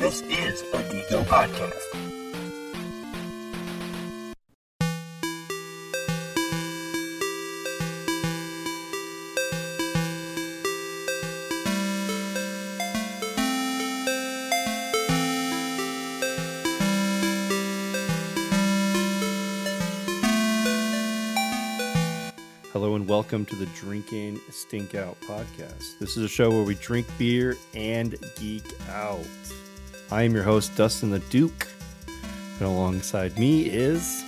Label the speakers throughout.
Speaker 1: This is a Deco podcast.
Speaker 2: Hello and welcome to the Drinking Stink Out podcast. This is a show where we drink beer and geek out. I am your host, Dustin the Duke, and alongside me is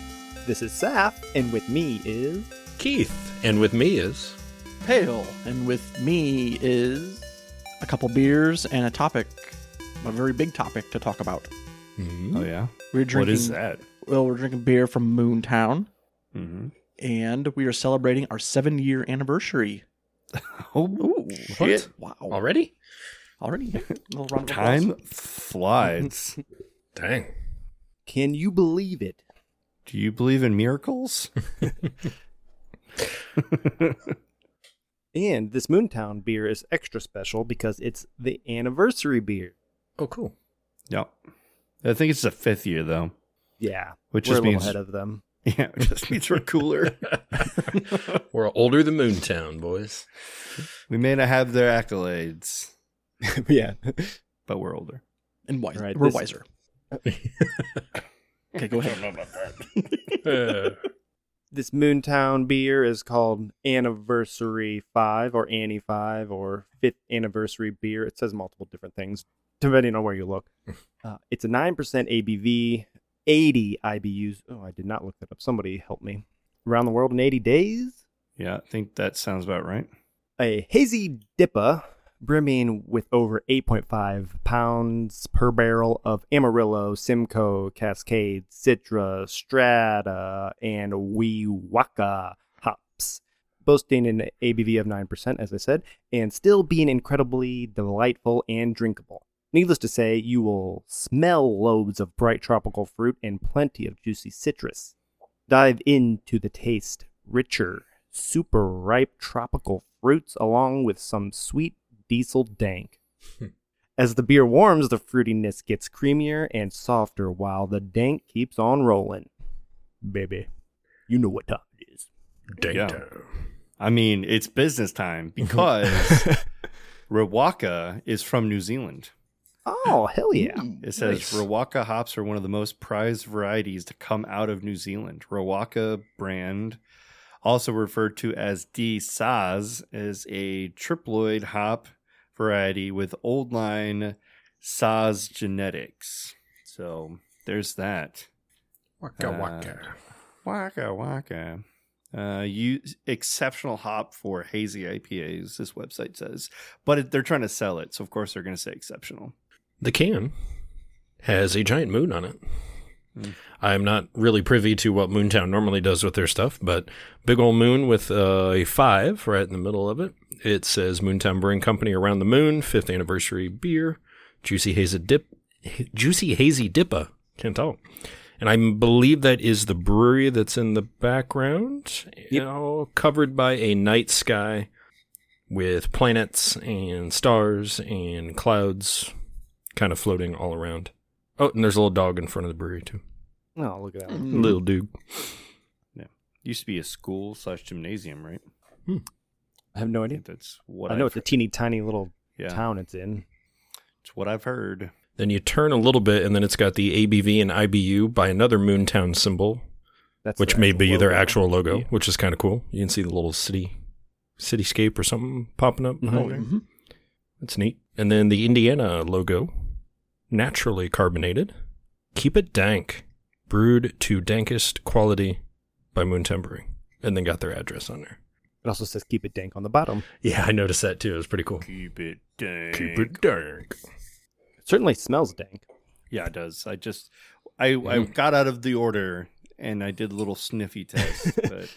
Speaker 3: This is Saf, and with me is
Speaker 4: Keith, and with me is
Speaker 5: Pale, and with me is a couple beers and a topic, a very big topic to talk about.
Speaker 2: oh yeah,
Speaker 5: We're drinking.
Speaker 2: what is that?
Speaker 5: Well, we're drinking beer from Moontown,
Speaker 2: Mm-hmm.
Speaker 5: and we are celebrating our seven-year anniversary.
Speaker 2: Oh,
Speaker 4: what?
Speaker 5: Wow!
Speaker 4: already.
Speaker 5: Already, yeah. Little round of applause.
Speaker 2: time flies.
Speaker 4: Dang,
Speaker 3: Can You Believe It?
Speaker 2: Do you believe in miracles?
Speaker 3: And this Moontown beer is extra special because it's the anniversary beer.
Speaker 4: oh cool.
Speaker 2: no, I think it's the fifth year though,
Speaker 3: Yeah.
Speaker 2: which
Speaker 3: we're a
Speaker 2: just
Speaker 3: little
Speaker 2: means
Speaker 3: ahead of them.
Speaker 2: yeah, it just means we're cooler.
Speaker 4: We're older than Moontown, boys.
Speaker 2: we may not have their accolades,
Speaker 3: yeah.
Speaker 2: but we're older.
Speaker 5: and wiser.
Speaker 3: Right,
Speaker 5: We're
Speaker 3: this-
Speaker 5: wiser. okay, go ahead.
Speaker 4: Uh,
Speaker 3: This Moontown beer is called Anniversary 5 or Annie 5 or 5th Anniversary beer. It says multiple different things depending on where you look. Uh, it's a 9% ABV, 80 IBUs. Oh, I did not look that up. Somebody help me. Around the world in 80 days?
Speaker 2: Yeah, I think that sounds about right.
Speaker 3: a hazy dipper brimming with over 8.5 pounds per barrel of Amarillo, Simcoe, Cascade, Citra, Strata, and Weewaka hops, boasting an ABV of 9%, as I said, and still being incredibly delightful and drinkable. Needless to say, you will smell loads of bright tropical fruit and plenty of juicy citrus. Dive into the taste richer, super ripe tropical fruits along with some sweet diesel dank. As the beer warms, the fruitiness gets creamier and softer while the dank keeps on rolling. Baby, you know what time it is.
Speaker 4: dang
Speaker 2: Yeah.
Speaker 4: time.
Speaker 2: I mean, it's business time because Rewaka is from New Zealand.
Speaker 3: Oh, hell yeah.
Speaker 2: It says
Speaker 4: Nice.
Speaker 2: Rewaka hops are one of the most prized varieties to come out of New Zealand. Rewaka brand, also referred to as D Saz, is a triploid hop variety with old line Saz genetics. So there's that.
Speaker 4: Waka
Speaker 2: Uh,
Speaker 4: waka.
Speaker 2: Waka waka. Uh, use exceptional hop for hazy IPAs. This website says, but it, they're trying to sell it, so of course they're going to say exceptional.
Speaker 4: The can has a giant moon on it. I am not really privy to what Moontown normally does with their stuff, but big old moon with uh, a five right in the middle of it. It says Moontown Brewing Company around the moon, fifth anniversary beer, juicy hazy dip, juicy hazy dipper. Can't tell. And I believe that is the brewery that's in the background, you know, covered by a night sky with planets and stars and clouds kind of floating all around. Oh, and there's a little dog in front of the brewery too.
Speaker 3: Oh, look at that one.
Speaker 5: Mm.
Speaker 4: Hmm. Little dude.
Speaker 2: Used to be a school slash gymnasium, right?
Speaker 3: I have no
Speaker 2: I
Speaker 3: idea.
Speaker 2: think that's what
Speaker 3: I know
Speaker 2: I've-
Speaker 3: it's a teeny tiny little
Speaker 2: yeah,
Speaker 3: town it's in.
Speaker 2: it's what I've heard.
Speaker 4: Then you turn a little bit, and then it's got the ABV and IBU by another Moontown symbol,
Speaker 3: That's
Speaker 4: which
Speaker 3: their
Speaker 4: may be their
Speaker 3: logo.
Speaker 4: actual logo,
Speaker 3: Yeah.
Speaker 4: which is kind of cool. You can see the little city, cityscape or something popping up. behind there.
Speaker 5: Mhm.
Speaker 4: That's neat. And then the Indiana logo, naturally carbonated. Keep it dank. Brewed to dankest quality by Moontown Brewing. And then got their address on there.
Speaker 3: It also says keep it dank on the bottom.
Speaker 4: Yeah, I noticed that too. It was pretty cool.
Speaker 2: Keep it dang.
Speaker 4: Keep it dank.
Speaker 3: It certainly smells dank.
Speaker 2: Yeah, it does. I just, I, I
Speaker 3: Mm-hmm.
Speaker 4: Mm.
Speaker 2: got out of the order and I did a little sniffy test, but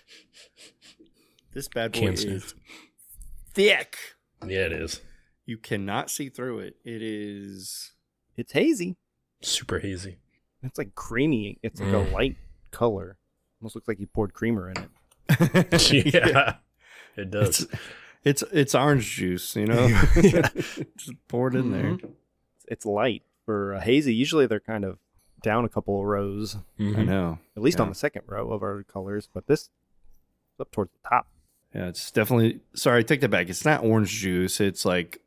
Speaker 2: this bad boy
Speaker 4: Can
Speaker 2: is
Speaker 4: sniff.
Speaker 2: thick.
Speaker 4: Yeah, it is.
Speaker 2: You cannot see through it. It is.
Speaker 3: It's hazy.
Speaker 4: Super hazy.
Speaker 3: It's like creamy. It's like
Speaker 4: Mm.
Speaker 3: a light color. Almost looks like you poured creamer in it.
Speaker 4: yeah, it
Speaker 2: It's, it's it's orange juice, you know. Just pour it in there.
Speaker 3: Mm-hmm. It's, it's light. for a hazy, usually they're kind of down a couple of rows,
Speaker 2: I
Speaker 4: Mhm.
Speaker 2: know.
Speaker 3: at least
Speaker 2: Yeah.
Speaker 3: on the second row of our colors, but this is up towards the top.
Speaker 2: Yeah, it's definitely. Sorry, I take that back. It's not orange juice. It's like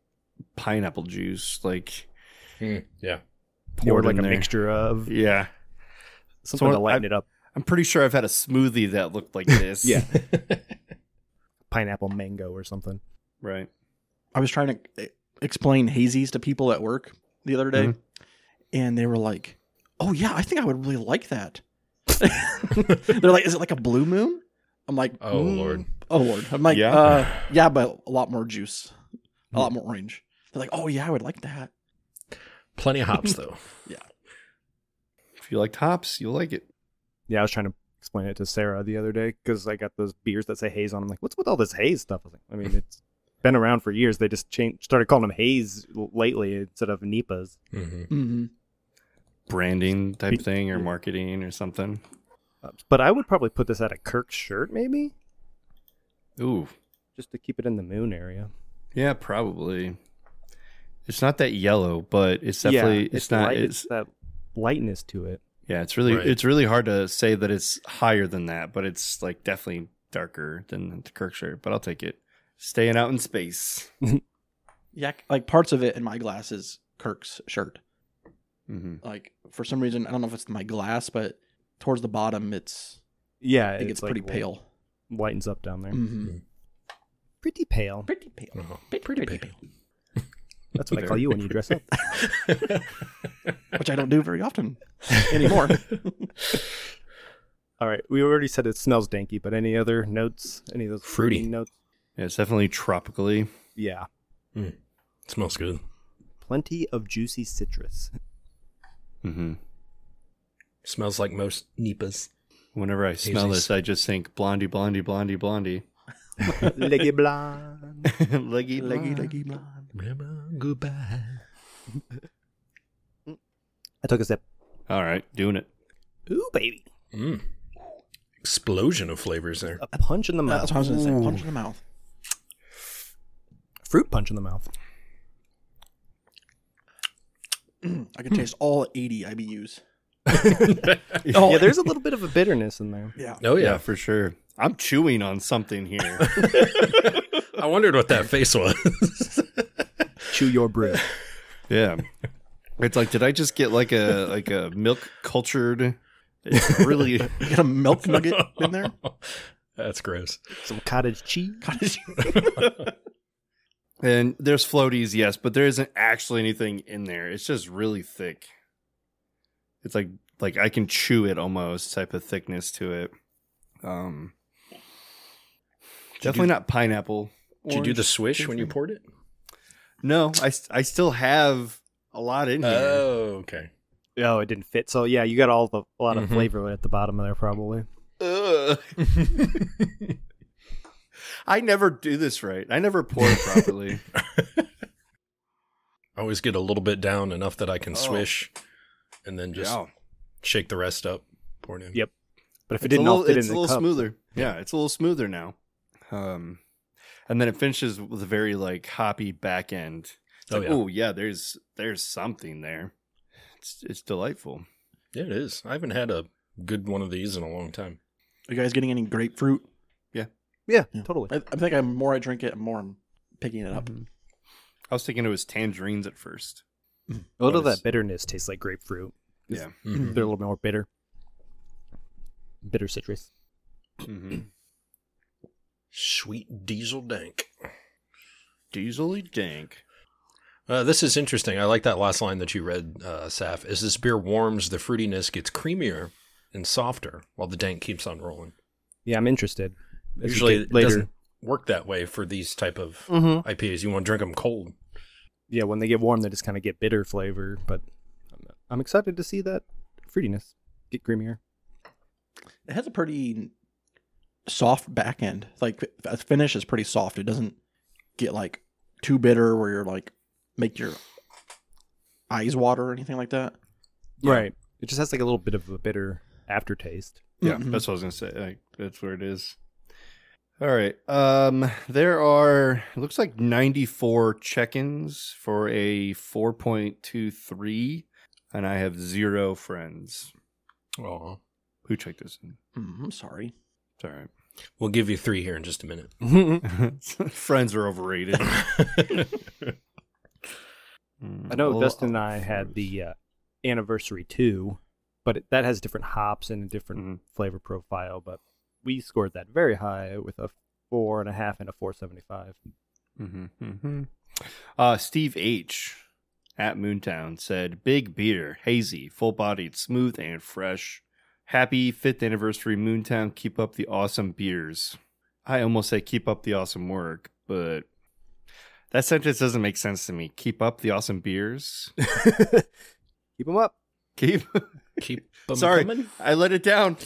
Speaker 2: pineapple juice. Like
Speaker 4: Mm, Yeah.
Speaker 3: Or
Speaker 2: poured
Speaker 3: like
Speaker 2: in
Speaker 3: a
Speaker 2: there.
Speaker 3: mixture of
Speaker 2: Yeah,
Speaker 3: something
Speaker 2: So
Speaker 3: to lighten
Speaker 2: I-
Speaker 3: it up.
Speaker 2: I'm pretty sure I've had a smoothie that looked like this.
Speaker 3: Yeah. Pineapple mango or something.
Speaker 2: right.
Speaker 5: I was trying to e- explain hazies to people at work the other day,
Speaker 2: Mhm.
Speaker 5: and they were like, "Oh yeah, I think I would really like that." They're like, "Is it like a blue moon?" I'm like,
Speaker 4: Oh, Lord.
Speaker 5: oh lord." I'm like,
Speaker 2: Yeah.
Speaker 5: yeah, Mm. uh, yeah, but a lot more juice, a lot more orange." They're like, "Oh yeah, I would like that."
Speaker 4: Plenty of hops though.
Speaker 2: If you liked hops, you'll like it.
Speaker 3: Yeah, I was trying to explain it to Sarah the other day because I got those beers that say haze on them. Like, what's with all this haze stuff? I was like, I mean, it's been around for years. They just changed, started calling them haze l- lately instead of Nipas.
Speaker 4: hmm
Speaker 5: Mhm.
Speaker 2: Branding type
Speaker 3: Be-
Speaker 2: thing or marketing or something.
Speaker 3: Uh, But I would probably put this at a Kirk shirt, maybe,
Speaker 2: Ooh,
Speaker 3: just to keep it in the moon area.
Speaker 2: yeah, probably. It's not that yellow, but it's
Speaker 3: Yeah,
Speaker 2: definitely it's, not
Speaker 3: light-
Speaker 2: it's
Speaker 3: that lightness to it.
Speaker 2: Yeah, it's really
Speaker 4: Right.
Speaker 2: it's really hard to say that it's higher than that, but it's like definitely darker than the Kirk shirt. But I'll take it. Staying out in space.
Speaker 5: Yeah, like parts of it in my glass is Kirk's shirt.
Speaker 2: hmm
Speaker 5: Like for some reason, I don't know if it's my glass, but towards the bottom, it's
Speaker 3: Yeah,
Speaker 5: I think it's,
Speaker 3: like
Speaker 5: pretty pale.
Speaker 3: Lightens up down there.
Speaker 5: Mhm.
Speaker 3: Pretty pale.
Speaker 5: Pretty pale.
Speaker 4: Oh,
Speaker 5: Pretty, pretty,
Speaker 4: pretty
Speaker 5: pale.
Speaker 3: That's what I call you when you dress up.
Speaker 5: Which I don't do very often anymore.
Speaker 3: All right, we already said it smells danky, but any other notes? Any of those
Speaker 4: Fruity.
Speaker 3: notes?
Speaker 2: Yeah, it's definitely tropically.
Speaker 3: Yeah,
Speaker 4: Smells good.
Speaker 3: plenty of juicy citrus.
Speaker 2: hmm
Speaker 4: Smells like most nipas.
Speaker 2: Whenever I smell
Speaker 4: Hazy's.
Speaker 2: this, I just think blondie, blondie, blondie, blondie.
Speaker 3: Leggy blonde.
Speaker 2: leggy,
Speaker 5: leggy,
Speaker 2: blonde.
Speaker 5: leggy blonde.
Speaker 4: Remember goodbye.
Speaker 3: I took a sip.
Speaker 2: All right, doing it.
Speaker 3: Ooh, baby,
Speaker 4: Mm. Explosion of flavors there.
Speaker 3: a punch in the mouth.
Speaker 5: That's what I was going to say. Punch in the mouth.
Speaker 3: Fruit punch in the mouth.
Speaker 5: I can taste all 80 IBUs.
Speaker 3: Oh, yeah, there's a little bit of a bitterness in there.
Speaker 5: Yeah.
Speaker 4: Oh
Speaker 2: yeah,
Speaker 4: yeah.
Speaker 2: for sure. I'm chewing on something here.
Speaker 4: I wondered what that face was.
Speaker 3: Chew your brew.
Speaker 2: Yeah. It's like, did I just get like a like a milk cultured? It's really
Speaker 5: You got a milk nugget in there?
Speaker 4: That's gross.
Speaker 3: Some cottage cheese.
Speaker 5: Cottage-
Speaker 2: and there's floaties, yes, but there isn't actually anything in there. It's just really thick. It's like like I can chew it almost type of thickness to it. Um, definitely
Speaker 4: do-
Speaker 2: not pineapple.
Speaker 4: Did you do
Speaker 2: Orange
Speaker 4: the swish when you
Speaker 2: different.
Speaker 4: poured it?
Speaker 2: No, I s- I still have a lot in here.
Speaker 4: Oh, okay.
Speaker 3: Oh, it didn't fit. So yeah, you got all the a lot of
Speaker 4: Mhm.
Speaker 3: flavor at the bottom of there probably.
Speaker 2: Ugh. I never do this right. I never pour it properly.
Speaker 4: I always get a little bit down enough that I can
Speaker 2: Oh.
Speaker 4: swish and then just
Speaker 2: Yeah.
Speaker 4: shake the rest up, pour it in.
Speaker 3: Yep. But if
Speaker 2: It's
Speaker 3: it
Speaker 2: a
Speaker 3: didn't all
Speaker 2: little-
Speaker 3: fit
Speaker 2: it's
Speaker 3: in
Speaker 2: a
Speaker 3: the
Speaker 2: little
Speaker 3: cup,
Speaker 2: smoother. Yeah, it's a little smoother now. Um, and then it finishes with a very like hoppy back end. It's
Speaker 4: Oh,
Speaker 2: like,
Speaker 4: yeah.
Speaker 2: oh yeah, there's there's something there. It's it's delightful.
Speaker 4: Yeah, it is. I haven't had a good one of these in a long time.
Speaker 5: Are you guys getting any grapefruit?
Speaker 3: yeah,
Speaker 5: Yeah.
Speaker 3: totally.
Speaker 5: I, I think I'm more I drink it, the more I'm picking it up.
Speaker 2: I was thinking it was tangerines at first.
Speaker 3: A little of
Speaker 2: Nice.
Speaker 3: that bitterness tastes like grapefruit.
Speaker 2: Yeah.
Speaker 4: Mm-hmm.
Speaker 3: They're a little bit more bitter. Bitter citrus.
Speaker 2: Mm-hmm.
Speaker 4: Sweet diesel dank.
Speaker 2: Diesely dank.
Speaker 4: Uh, this is interesting. I like that last line that you read, uh, Saf. As this beer warms, the fruitiness gets creamier and softer while the dank keeps on rolling.
Speaker 3: Yeah, I'm interested. As you
Speaker 4: Usually,
Speaker 3: get
Speaker 4: it doesn't work that way for these type of
Speaker 3: Mhm.
Speaker 4: IPAs. You want to drink them cold.
Speaker 3: Yeah, when they get warm, they just kind of get bitter flavor. But I'm, I'm excited to see that fruitiness get creamier.
Speaker 5: It has a pretty soft back end. Like, the finish is pretty soft. It doesn't get like too bitter where you're like, make your eyes water or anything like that.
Speaker 3: Right. It just has like a little bit of a bitter aftertaste.
Speaker 2: Yeah,
Speaker 5: Mhm.
Speaker 2: that's what I was gonna say. Like, that's where it is. All right. Um, there are it looks like 94 check-ins for a 4.23, and I have zero friends
Speaker 4: Oh,
Speaker 2: who checked this in.
Speaker 5: Mm, I'm sorry.
Speaker 2: It's all right.
Speaker 4: we'll give you three here in just a minute.
Speaker 2: friends are overrated. Mm,
Speaker 3: I know
Speaker 2: all-
Speaker 3: Dustin and
Speaker 2: all
Speaker 3: I had
Speaker 2: friends.
Speaker 3: the uh, anniversary too, but it, that has different hops and a different
Speaker 2: Mhm.
Speaker 3: flavor profile. But we scored that very high with a four and a half and a four seventy five.
Speaker 2: Mhm, mhm. Uh, Steve H at Moontown said, "Big beer, hazy, full-bodied, smooth, and fresh. Happy fifth anniversary, Moontown. Keep up the awesome beers." I almost say, "Keep up the awesome work," but that sentence doesn't make sense to me. Keep up the awesome beers.
Speaker 3: Keep them up.
Speaker 2: Keep.
Speaker 4: Keep 'em
Speaker 2: Sorry.
Speaker 4: coming.
Speaker 2: I let it down.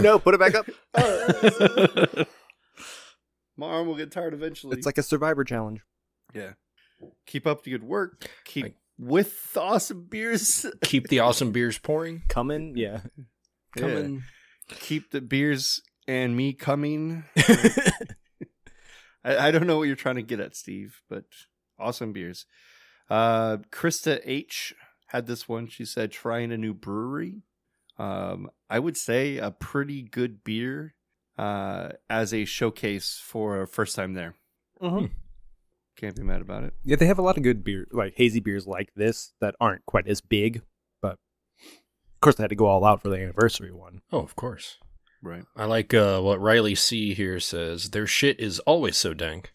Speaker 3: no, put it back up.
Speaker 2: My arm will get tired eventually.
Speaker 3: It's like a survivor challenge.
Speaker 2: keep up the good work. Keep
Speaker 4: Like-
Speaker 2: with the awesome beers.
Speaker 4: Keep the awesome beers pouring.
Speaker 3: Coming, yeah.
Speaker 2: Yeah.
Speaker 4: Coming.
Speaker 2: keep the beers and me coming. I, I don't know what you're trying to get at, Steve, but awesome beers. Uh, Krista H had this one. She said, trying a new brewery. Um, I would say a pretty good beer uh, as a showcase for a first time there. Mm-hmm. Hmm.
Speaker 3: Mhm.
Speaker 2: Can't be mad about it.
Speaker 3: Yeah, they have a lot of good beer, like hazy beers like this that aren't quite as big, but of course they had to go all out for the anniversary one.
Speaker 4: Oh, of course.
Speaker 2: Right.
Speaker 4: I like uh, what Riley C here says. Their shit is always so dank.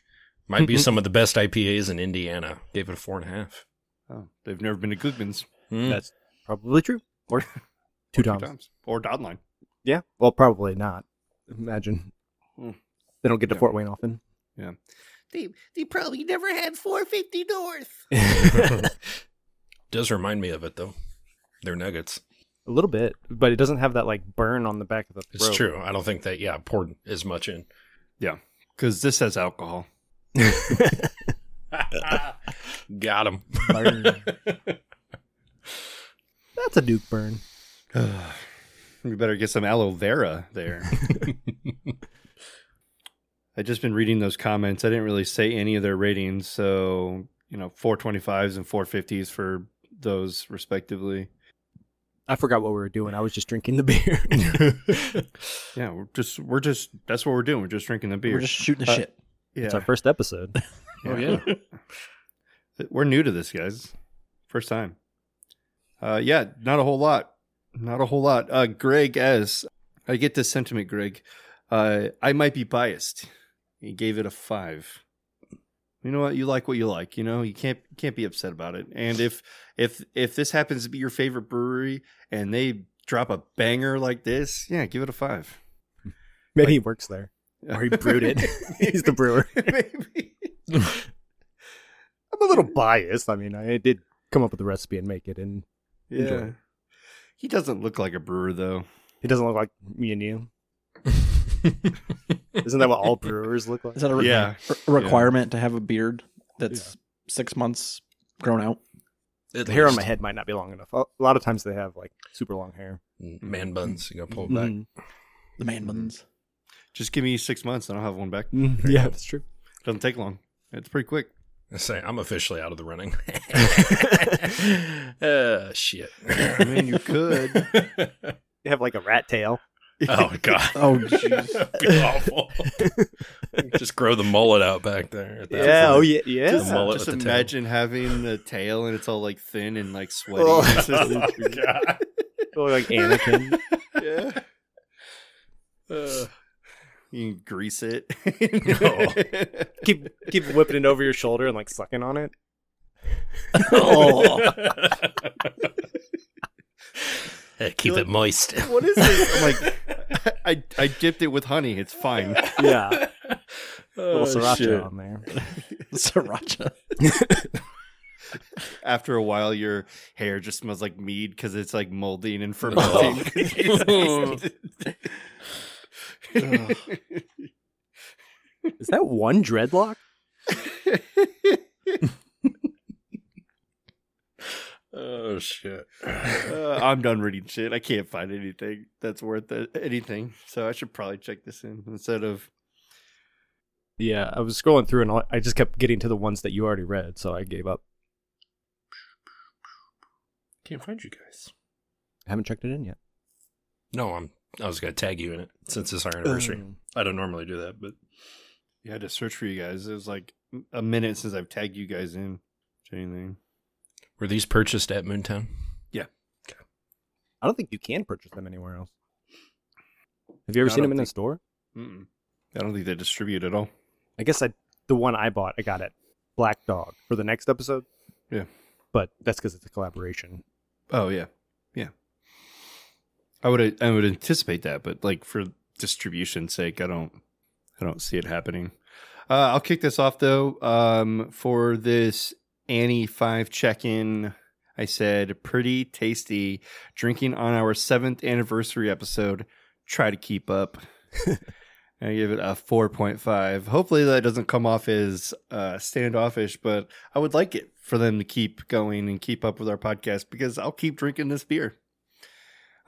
Speaker 4: Might be some of the best IPAs in Indiana. Gave it a four and a half.
Speaker 2: Oh, they've never been to Goodman's.
Speaker 4: Mm.
Speaker 3: That's probably true. Or two
Speaker 2: Oh.
Speaker 3: times.
Speaker 2: Or Downline.
Speaker 3: Yeah. Well, probably not. Imagine
Speaker 2: Hmm.
Speaker 3: they don't get to
Speaker 2: Yeah.
Speaker 3: Fort Wayne often.
Speaker 2: They, they probably never had 450 North.
Speaker 4: Does remind me of it though. They're nuggets.
Speaker 3: A little bit, but it doesn't have that like burn on the back of the
Speaker 4: It's
Speaker 3: throat.
Speaker 4: true. I don't think that yeah poured as much in.
Speaker 2: Because this has alcohol.
Speaker 3: Uh.
Speaker 4: Got him.
Speaker 3: That's a Duke burn.
Speaker 2: You better get some aloe vera there. I've just been reading those comments. I didn't really say any of their ratings. So, you know, 425s and 450s for those respectively.
Speaker 3: I forgot what we were doing. I was just drinking the beer.
Speaker 2: Yeah, we're just, we're just, that's what we're doing. We're just drinking the beer.
Speaker 5: We're just shooting the
Speaker 2: Uh,
Speaker 5: shit.
Speaker 2: yeah.
Speaker 3: It's our first episode.
Speaker 4: oh yeah.
Speaker 2: We're new to this, guys. First time. Uh, yeah, not a whole lot. Not a whole lot. Uh, Greg S. I get this sentiment, Greg. Uh, I might be biased. He gave it a five. You know what? You like what you like. You know you can't can't be upset about it. And if if if this happens to be your favorite brewery and they drop a banger like this, yeah, give it a five.
Speaker 3: Maybe he works there. Or he brewed it. He's the brewer.
Speaker 2: Maybe.
Speaker 3: I'm a little biased. I mean, I did come up with the recipe and make it, and Enjoy.
Speaker 2: Yeah. He doesn't look like a brewer though.
Speaker 3: he doesn't look like me and you. Isn't that what all brewers look like?
Speaker 5: Is that a, re-
Speaker 2: Yeah.
Speaker 5: a requirement to have a beard that's six months grown out?
Speaker 4: At
Speaker 3: The hair on
Speaker 4: least.
Speaker 3: my head might not be long enough. A a lot of times they have like super long hair.
Speaker 4: Man buns. You gotta pull it back.
Speaker 3: Mhm.
Speaker 5: The man buns.
Speaker 2: Just give me six months and I'll have one back.
Speaker 3: Mm, Yeah, that's true.
Speaker 2: Doesn't take long. It's pretty quick.
Speaker 3: Mm-hmm.
Speaker 4: I say I'm officially out of the running. uh, shit.
Speaker 2: I mean, you could.
Speaker 3: They have like a rat tail.
Speaker 4: oh god.
Speaker 5: Oh, jeez.
Speaker 4: That'd be awful. Just grow the mullet out back there. At that
Speaker 2: oh,
Speaker 4: point.
Speaker 3: yeah, yeah.
Speaker 4: The mullet
Speaker 2: Just
Speaker 4: with the tail.
Speaker 2: imagine having a tail and it's all like thin and like sweaty.
Speaker 3: Oh.
Speaker 2: It's just-
Speaker 3: like Anakin.
Speaker 2: yeah. you can grease it.
Speaker 3: keep keep whipping it over your shoulder and like sucking on it.
Speaker 4: Hey, keep it moist.
Speaker 2: What is this? I'm like, I, I dipped it with honey. It's fine.
Speaker 3: Yeah,
Speaker 4: Oh,
Speaker 3: little sriracha
Speaker 4: shit.
Speaker 3: on there.
Speaker 5: Sriracha.
Speaker 2: After a while, your hair just smells like mead because it's like molding and
Speaker 4: Oh.
Speaker 2: fermenting.
Speaker 4: Oh.
Speaker 3: Is that one dreadlock?
Speaker 4: Oh shit.
Speaker 2: Uh, I'm done reading shit. I can't find anything that's worth it, anything. So I should probably check this in instead of
Speaker 3: Yeah, I was scrolling through and all, I just kept getting to the ones that you already read, so I gave up.
Speaker 4: Can't find you guys.
Speaker 3: I haven't checked it in yet.
Speaker 4: No, I'm. I was gonna tag you in it since it's our anniversary.
Speaker 3: Hmm.
Speaker 5: Um,
Speaker 4: I don't normally do that, but
Speaker 2: Yeah, I had to search for you guys. It was like a minute since I've tagged you guys in to anything.
Speaker 4: were these purchased at Moontown?
Speaker 3: I don't think you can purchase them anywhere else. Have you ever
Speaker 2: I
Speaker 3: seen
Speaker 2: don't
Speaker 3: them in a
Speaker 2: think-
Speaker 3: store?
Speaker 2: Mm-mm. I don't think they distribute at all.
Speaker 3: I guess I the one I bought, I got it. Black Dog for the next episode.
Speaker 2: Yeah.
Speaker 3: But that's because it's a collaboration.
Speaker 2: Oh yeah, yeah. I would I would anticipate that, but like for distribution's sake, I don't I don't see it happening. Uh, I'll kick this off though. Um, for this Annie Five check-in, I said pretty tasty drinking on our seventh anniversary episode. Try to keep up. I give it a four point five. Hopefully that doesn't come off as uh, standoffish, but I would like it for them to keep going and keep up with our podcast because I'll keep drinking this beer.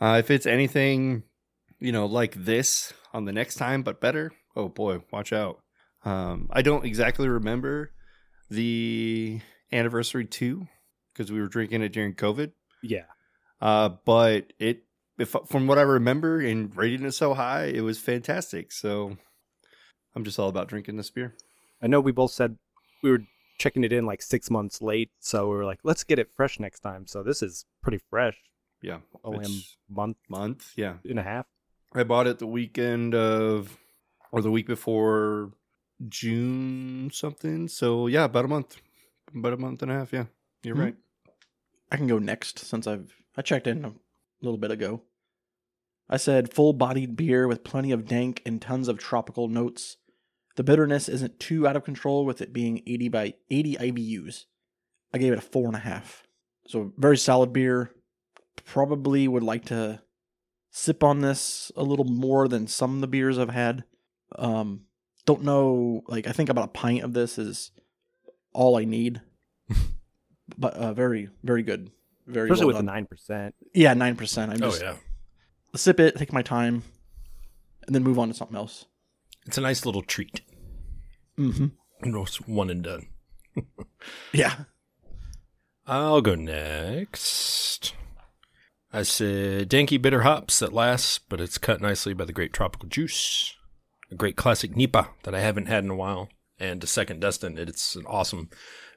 Speaker 2: Uh, if it's anything, you know, like this on the next time, but better, oh boy, watch out. Um, I don't exactly remember the anniversary two because we were drinking it during COVID,
Speaker 3: Yeah.
Speaker 2: uh, but it, if from what I remember and rating it so high, it was fantastic. So I'm just all about drinking this beer.
Speaker 3: I know we both said we were checking it in like six months late, so we were like, let's get it fresh next time. So this is pretty fresh.
Speaker 2: Yeah,
Speaker 3: OM
Speaker 2: it's
Speaker 3: month
Speaker 2: month. Yeah,
Speaker 3: and a half.
Speaker 2: I bought it the weekend of or the week before June something. So yeah, about a month. About a month and a half, yeah. You're
Speaker 5: Hmm.
Speaker 2: right.
Speaker 5: I can go next since I've I checked in a little bit ago. I said full bodied beer with plenty of dank and tons of tropical notes. The bitterness isn't too out of control with it being 80 by 80 IBUs. I gave it a four and a half. So very solid beer. Probably would like to sip on this a little more than some of the beers I've had. Um, don't know. Like I think about a pint of this is all I need. but uh, very very good. Very
Speaker 3: Especially
Speaker 5: well
Speaker 3: with
Speaker 5: done.
Speaker 3: the nine percent.
Speaker 5: Yeah, nine percent. I'm
Speaker 4: Oh
Speaker 5: just
Speaker 4: yeah,
Speaker 5: sip it, take my time, and then move on to something else.
Speaker 4: it's a nice little treat.
Speaker 5: Mm-hmm.
Speaker 4: No, it's one and done.
Speaker 5: Yeah.
Speaker 4: I'll go next. I said danky bitter hops that lasts, but it's cut nicely by the great tropical juice. A great classic Nipa that I haven't had in a while. And to second Dustin, it's an awesome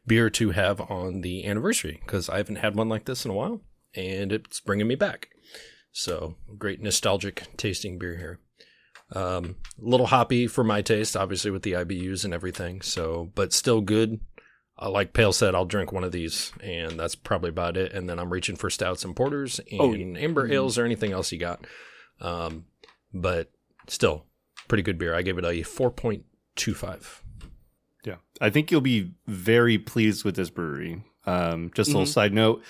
Speaker 4: beer to have on the anniversary because I haven't had one like this in a while and it's bringing me back. So, great nostalgic tasting beer here. Um, little hoppy for my taste, obviously, with the IBUs and everything. So, but still good. Uh, like Pale said, I'll drink one of these, and that's probably about it. And then I'm reaching for stouts and porters and
Speaker 5: Oh,
Speaker 4: amber ales or anything else you got. Um, but still, pretty good beer. I gave it a 4.25.
Speaker 2: Yeah. I think you'll be very pleased with this brewery. Um, just a little
Speaker 5: Mhm.
Speaker 2: side note.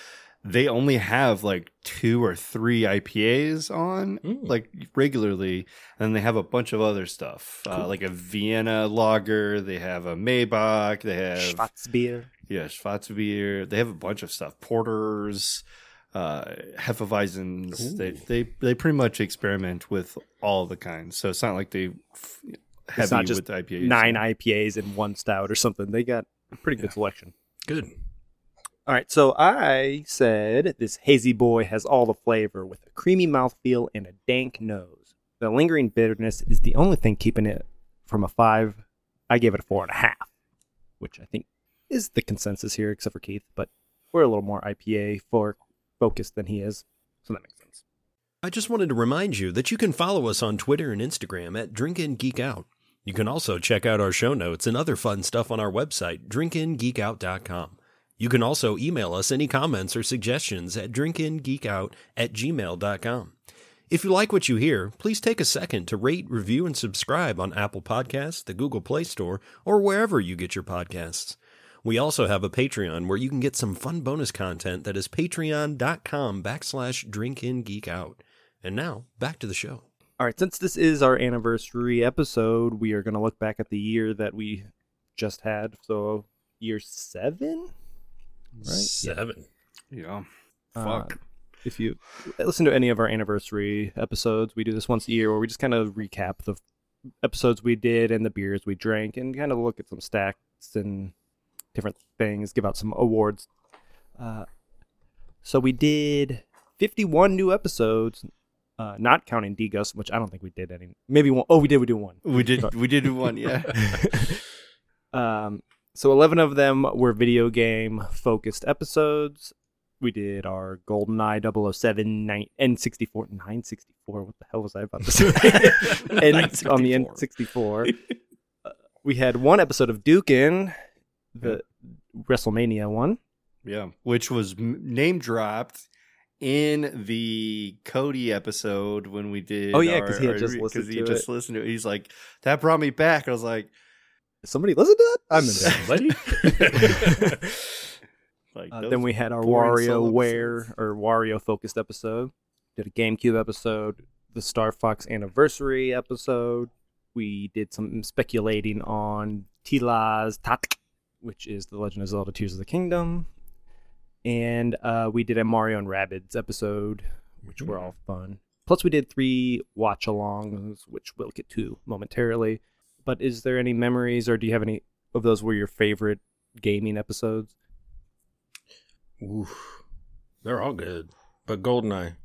Speaker 2: They only have like two or three IPAs on
Speaker 4: Mm.
Speaker 2: like regularly, and they have a bunch of other stuff, uh,
Speaker 4: Cool.
Speaker 2: like a Vienna lager. They have a Maybach. They have
Speaker 3: Schwarzbier.
Speaker 2: Yeah, Schwarzbier. They have a bunch of stuff. Porters, uh, Hefeweizens. They,
Speaker 4: Ooh.
Speaker 2: they they pretty much experiment with all the kinds. So it's not like they f- heavy
Speaker 3: not just
Speaker 2: with IPAs.
Speaker 3: Nine IPAs and one stout or something. They got a pretty good selection.
Speaker 4: Good.
Speaker 3: All right, so I said this hazy boy has all the flavor with a creamy mouthfeel and a dank nose. The lingering bitterness is the only thing keeping it from a five. I gave it a four and a half, which I think is the consensus here, except for Keith, but we're a little more IPA for focused than he is. So that makes sense.
Speaker 6: I just wanted to remind you that you can follow us on Twitter and Instagram at Drink and Geek Out. You can also check out our show notes and other fun stuff on our website, drinkingeekout.com. You can also email us any comments or suggestions at drinkingeekout at gmail.com. If you like what you hear, please take a second to rate, review, and subscribe on Apple Podcasts, the Google Play Store, or wherever you get your podcasts. We also have a Patreon where you can get some fun bonus content that is patreon.com backslash drinkingeekout. And now, back to the show.
Speaker 3: All right, since this is our anniversary episode, we are going to look back at the year that we just had. So, year seven?
Speaker 4: Seven.
Speaker 2: Yeah.
Speaker 3: Uh,
Speaker 2: Fuck.
Speaker 3: if you listen to any of our anniversary episodes, we do this once a year where we just kind of recap the episodes we did and the beers we drank and kind of look at some stacks and different things, give out some awards. Uh, so we did 51 new episodes, uh, not counting Degus, which I don't think we did any. Maybe one. Oh, we did. We do one.
Speaker 2: We did we did do one, yeah.
Speaker 3: Um, so 11 of them were video game focused episodes. We did our GoldenEye 007 nine, N64 964. What the hell was I about to say? N, on the N64. Uh, we had one episode of Dukin, the WrestleMania one.
Speaker 2: Yeah, which was m- name dropped in the Cody episode when we did.
Speaker 3: Oh, yeah,
Speaker 2: our-
Speaker 3: 'cause he had
Speaker 2: our-
Speaker 3: just
Speaker 2: 'cause
Speaker 3: listened
Speaker 2: he
Speaker 3: to
Speaker 2: just listened to it. He's like, "That brought me back." I was like,
Speaker 3: Somebody listen to that? I'm embarrassed.
Speaker 4: Buddy?
Speaker 2: "Like
Speaker 3: Uh,
Speaker 2: those
Speaker 3: then we had our
Speaker 2: boring solo
Speaker 3: WarioWare
Speaker 2: episodes.
Speaker 3: or Wario focused episode. Did a GameCube episode, the Star Fox anniversary episode. We did some speculating on Tila's Tat, which is The Legend of Zelda Tears of the Kingdom. And uh, we did a Mario and Rabbids episode, which
Speaker 4: Mm.
Speaker 3: were all fun. Plus, we did three watch alongs, which we'll get to momentarily. But is there any memories, or do you have any of those were your favorite gaming episodes?
Speaker 4: Oof. They're all good. But Goldeneye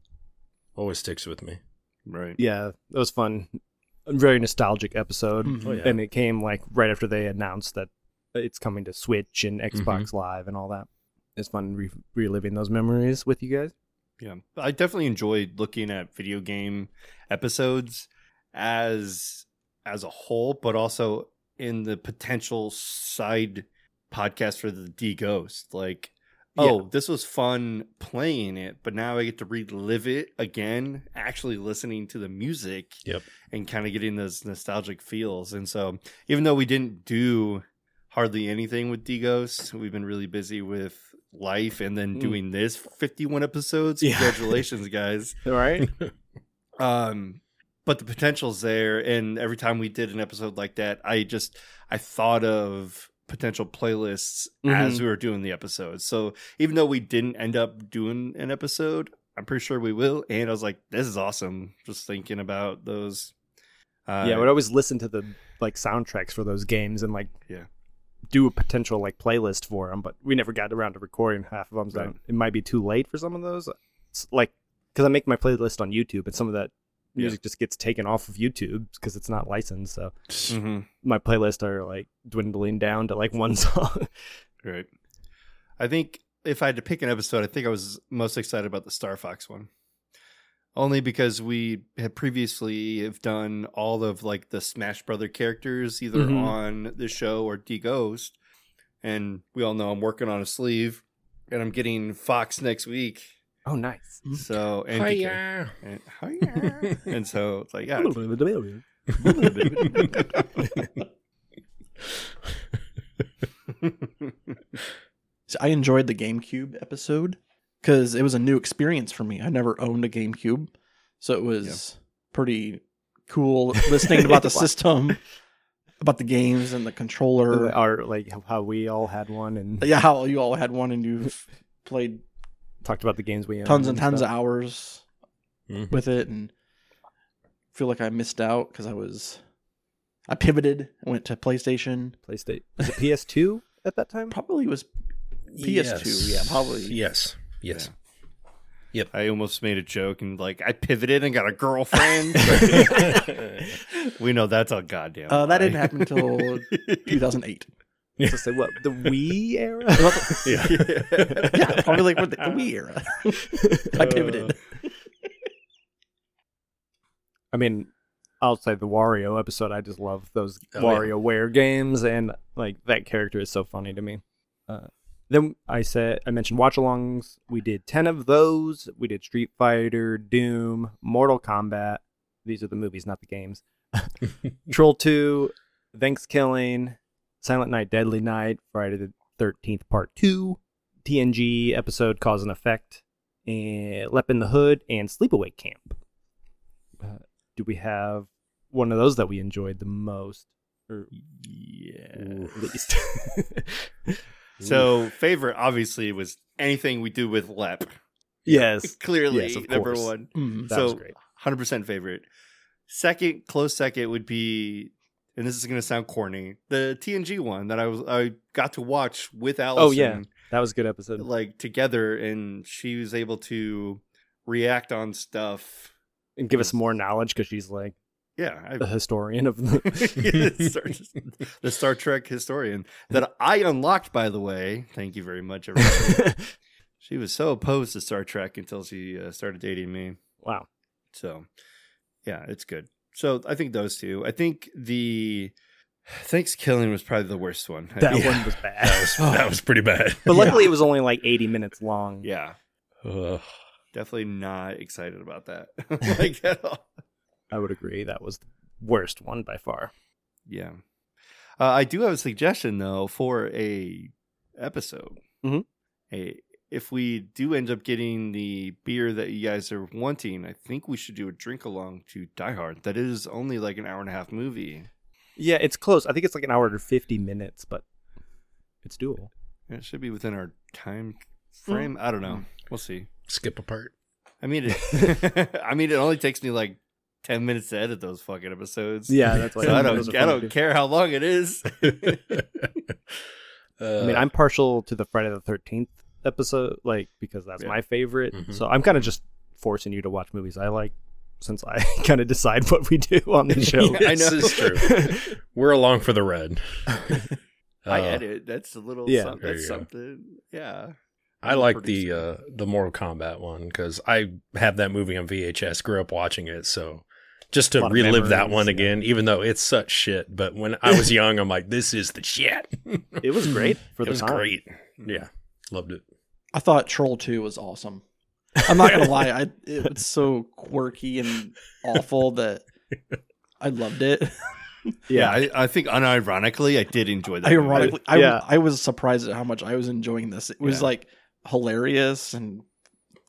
Speaker 4: always sticks with me.
Speaker 2: right."
Speaker 3: yeah, that was fun. A very nostalgic episode.
Speaker 5: Mhm.
Speaker 4: Oh, yeah.
Speaker 3: Mm-hmm. And it came like right after they announced that it's coming to Switch and Xbox Live and all that. It's fun re- reliving those memories with you guys.
Speaker 2: Yeah, I definitely enjoyed looking at video game episodes as as a whole, but also in the potential side podcast for the D Ghost. Like, oh, this was fun playing it, but now I get to relive it again, actually listening to the music
Speaker 4: Yep.
Speaker 2: and kind of getting those nostalgic feels. And so, even though we didn't do hardly anything with D Ghost, we've been really busy with life and then
Speaker 3: Mm.
Speaker 2: doing this 51 episodes.
Speaker 5: Yeah.
Speaker 2: Congratulations, guys.
Speaker 3: All right.
Speaker 2: Um, but the potential's there. And every time we did an episode like that, I just I thought of potential playlists as we were doing the episodes. So even though we didn't end up doing an episode, I'm pretty sure we will. And I was like, this is awesome. Just thinking about those. Uh,
Speaker 3: yeah, I would always listen to the like soundtracks for those games and like
Speaker 2: Yeah.
Speaker 3: do a potential like playlist for them, but we never got around to recording half of them. So
Speaker 2: Right.
Speaker 3: it might be too late for some of those. It's like because I make my playlist on YouTube and some of that
Speaker 2: Yeah.
Speaker 3: music just gets taken off of YouTube because it's not licensed. So
Speaker 2: mhm.
Speaker 3: my playlist are like dwindling down to like one song.
Speaker 2: Right. I think if I had to pick an episode, I think I was most excited about the Star Fox one. Only because we had previously have done all of like the Smash Brother characters either
Speaker 3: Mhm.
Speaker 2: on the show or D Ghost. And we all know I'm working on a sleeve and I'm getting Fox next week.
Speaker 3: oh, nice.
Speaker 2: So
Speaker 3: Mm-hmm.
Speaker 2: and DK.
Speaker 4: Hiya.
Speaker 2: And, hiya. and so it's like yeah.
Speaker 4: Oh,
Speaker 5: So I enjoyed the GameCube episode because it was a new experience for me. I never owned a GameCube, so it was pretty cool listening about the system, about the games and the controller.
Speaker 3: Or, or like how we all had one and
Speaker 5: yeah, how you all had one and you've played
Speaker 3: talked about the games we owned
Speaker 5: tons and tons
Speaker 3: stuff.
Speaker 5: of hours
Speaker 4: Mhm.
Speaker 5: with it, and feel like I missed out because I was I pivoted, I went to PlayStation.
Speaker 3: PlayStation. Was it PS2 at that time?
Speaker 5: Probably was PS2, yeah, probably.
Speaker 4: Yes. Yes.
Speaker 2: I almost made a joke and like I pivoted and got a girlfriend. we know that's a goddamn.
Speaker 5: uh, that
Speaker 2: lie.
Speaker 5: didn't happen until 2008.
Speaker 3: So say what the Wii era.
Speaker 4: yeah.
Speaker 5: yeah, probably like with the, the Wii era. I pivoted.
Speaker 3: I mean, outside the Wario episode, I just love those
Speaker 4: Oh, yeah.
Speaker 3: WarioWare games, and like that character is so funny to me. Uh, then I said I mentioned watch-alongs. We did ten of those. We did Street Fighter, Doom, Mortal Kombat. These are the movies, not the games. Troll Two, Thanksgiving, Silent Night, Deadly Night, Friday the Thirteenth Part Two, TNG episode Cause and Effect, and Lep in the Hood, and Sleepaway Camp. Uh, do we have one of those that we enjoyed the most, or
Speaker 2: Yeah.
Speaker 3: at least?
Speaker 2: So favorite obviously was anything we do with Lep.
Speaker 3: yes,
Speaker 2: Clearly
Speaker 3: Yes, of
Speaker 2: number
Speaker 3: course.
Speaker 2: one.
Speaker 5: Mm.
Speaker 3: that
Speaker 2: so
Speaker 3: was great.
Speaker 2: hundred percent favorite. Second, close second would be, and this is going to sound corny, the TNG one that I was I got to watch with Allison.
Speaker 3: Oh, yeah. That was a good episode.
Speaker 2: like together, and she was able to react on stuff.
Speaker 3: And give us more knowledge because she's like
Speaker 2: Yeah,
Speaker 3: the
Speaker 2: I,
Speaker 3: historian of the.
Speaker 2: Star- the Star Trek historian that I unlocked, by the way. Thank you very much, everybody. she was so opposed to Star Trek until she uh, started dating me.
Speaker 3: wow.
Speaker 2: So, yeah, it's good. So I think those two. I think the Thanksgiving was probably the worst one. I
Speaker 3: That
Speaker 2: think-
Speaker 3: one was bad.
Speaker 4: that was pretty bad.
Speaker 3: But luckily, it was only like 80 minutes long.
Speaker 2: yeah,
Speaker 4: Ugh.
Speaker 2: definitely not excited about that. like at all.
Speaker 3: I would agree. That was the worst one by far.
Speaker 2: Yeah, uh, I do have a suggestion though for a episode.
Speaker 3: Mhm.
Speaker 2: A if we do end up getting the beer that you guys are wanting, I think we should do a drink along to Die Hard. That is only like an hour and a half movie.
Speaker 3: Yeah, it's close. I think it's like an hour and 50 minutes, but it's doable.
Speaker 2: It should be within our time
Speaker 3: Hmm.
Speaker 2: frame. I don't know. We'll see.
Speaker 4: Skip a part.
Speaker 2: I mean, it, I mean, it only takes me like ten minutes to edit those fucking episodes.
Speaker 3: Yeah, that's why
Speaker 2: so I
Speaker 3: those
Speaker 2: don't,
Speaker 3: are
Speaker 2: I
Speaker 3: fun.
Speaker 2: don't care how long it is.
Speaker 3: I
Speaker 4: Uh,
Speaker 3: mean, I'm partial to the Friday the 13th episode, like, because that's
Speaker 2: Yeah.
Speaker 3: my favorite.
Speaker 4: Mhm.
Speaker 3: So I'm kind of just forcing you to watch movies I like since I kind of decide what we do on the show.
Speaker 2: Yeah, I know.
Speaker 4: This is true. We're along for the ride.
Speaker 2: I
Speaker 4: Uh,
Speaker 2: edit. That's a little.
Speaker 3: Yeah.
Speaker 2: Yeah, some,
Speaker 4: There
Speaker 2: that's
Speaker 4: you go.
Speaker 2: something. Yeah.
Speaker 4: I like
Speaker 2: Producer.
Speaker 4: the uh, the Mortal Kombat one because I have that movie on VHS. Grew up watching it, so just
Speaker 3: A
Speaker 4: to
Speaker 3: lot of
Speaker 4: relive that
Speaker 3: memories,
Speaker 4: one
Speaker 3: yeah.
Speaker 4: again, even though it's such shit. But when I was young, I'm like, this is the shit. it
Speaker 3: It was great for the
Speaker 4: was
Speaker 3: time.
Speaker 4: great. Yeah, loved it.
Speaker 5: I thought Troll Two was awesome. I'm not gonna lie, I it was so quirky and awful that I loved it.
Speaker 3: Yeah.
Speaker 2: I, I think unironically, I did enjoy that. movie.
Speaker 5: Ironically, I,
Speaker 3: Yeah.
Speaker 5: I was surprised at how much I was enjoying this. It was
Speaker 2: Yeah.
Speaker 5: like hilarious and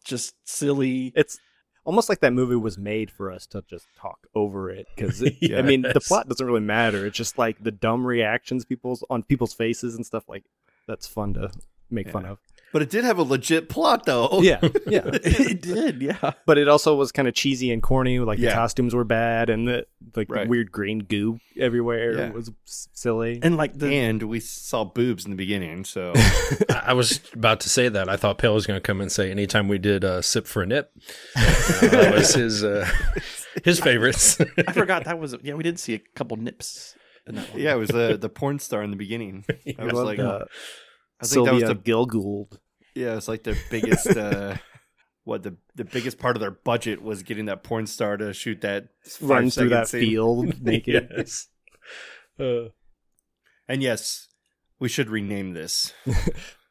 Speaker 5: just silly.
Speaker 3: It's almost like that movie was made for us to just talk over it because I mean the
Speaker 4: Yes.
Speaker 3: plot doesn't really matter. It's just like the dumb reactions people's on people's faces and stuff like that's fun to make fun
Speaker 2: Yeah.
Speaker 3: of.
Speaker 2: but it did have a legit plot though.
Speaker 3: Yeah, yeah.
Speaker 5: it did, yeah.
Speaker 3: but it also was kind of cheesy and corny. Like the
Speaker 2: Yeah.
Speaker 3: costumes were bad, and the like the
Speaker 2: Right.
Speaker 3: weird green goo everywhere
Speaker 2: Yeah.
Speaker 3: was s- silly.
Speaker 5: And like the
Speaker 2: And we saw boobs in the beginning, so
Speaker 4: I I was about to say that. I thought Pale was going to come and say anytime we did uh, sip for a nip, uh, that was his uh, his favorites.
Speaker 5: I forgot that was yeah. We did see a couple nips. In that one.
Speaker 2: yeah, it was uh, the the porn star in the beginning. I was
Speaker 3: love
Speaker 2: like,
Speaker 3: the
Speaker 2: I think
Speaker 3: Sylvia
Speaker 2: that was the
Speaker 3: Gilgould.
Speaker 2: Yeah, it's like their biggest uh what the the biggest part of their budget was getting that porn star to shoot that five
Speaker 3: Run through
Speaker 2: second
Speaker 3: that
Speaker 2: scene.
Speaker 3: field naked.
Speaker 4: yes. Uh,
Speaker 2: And yes, we should rename this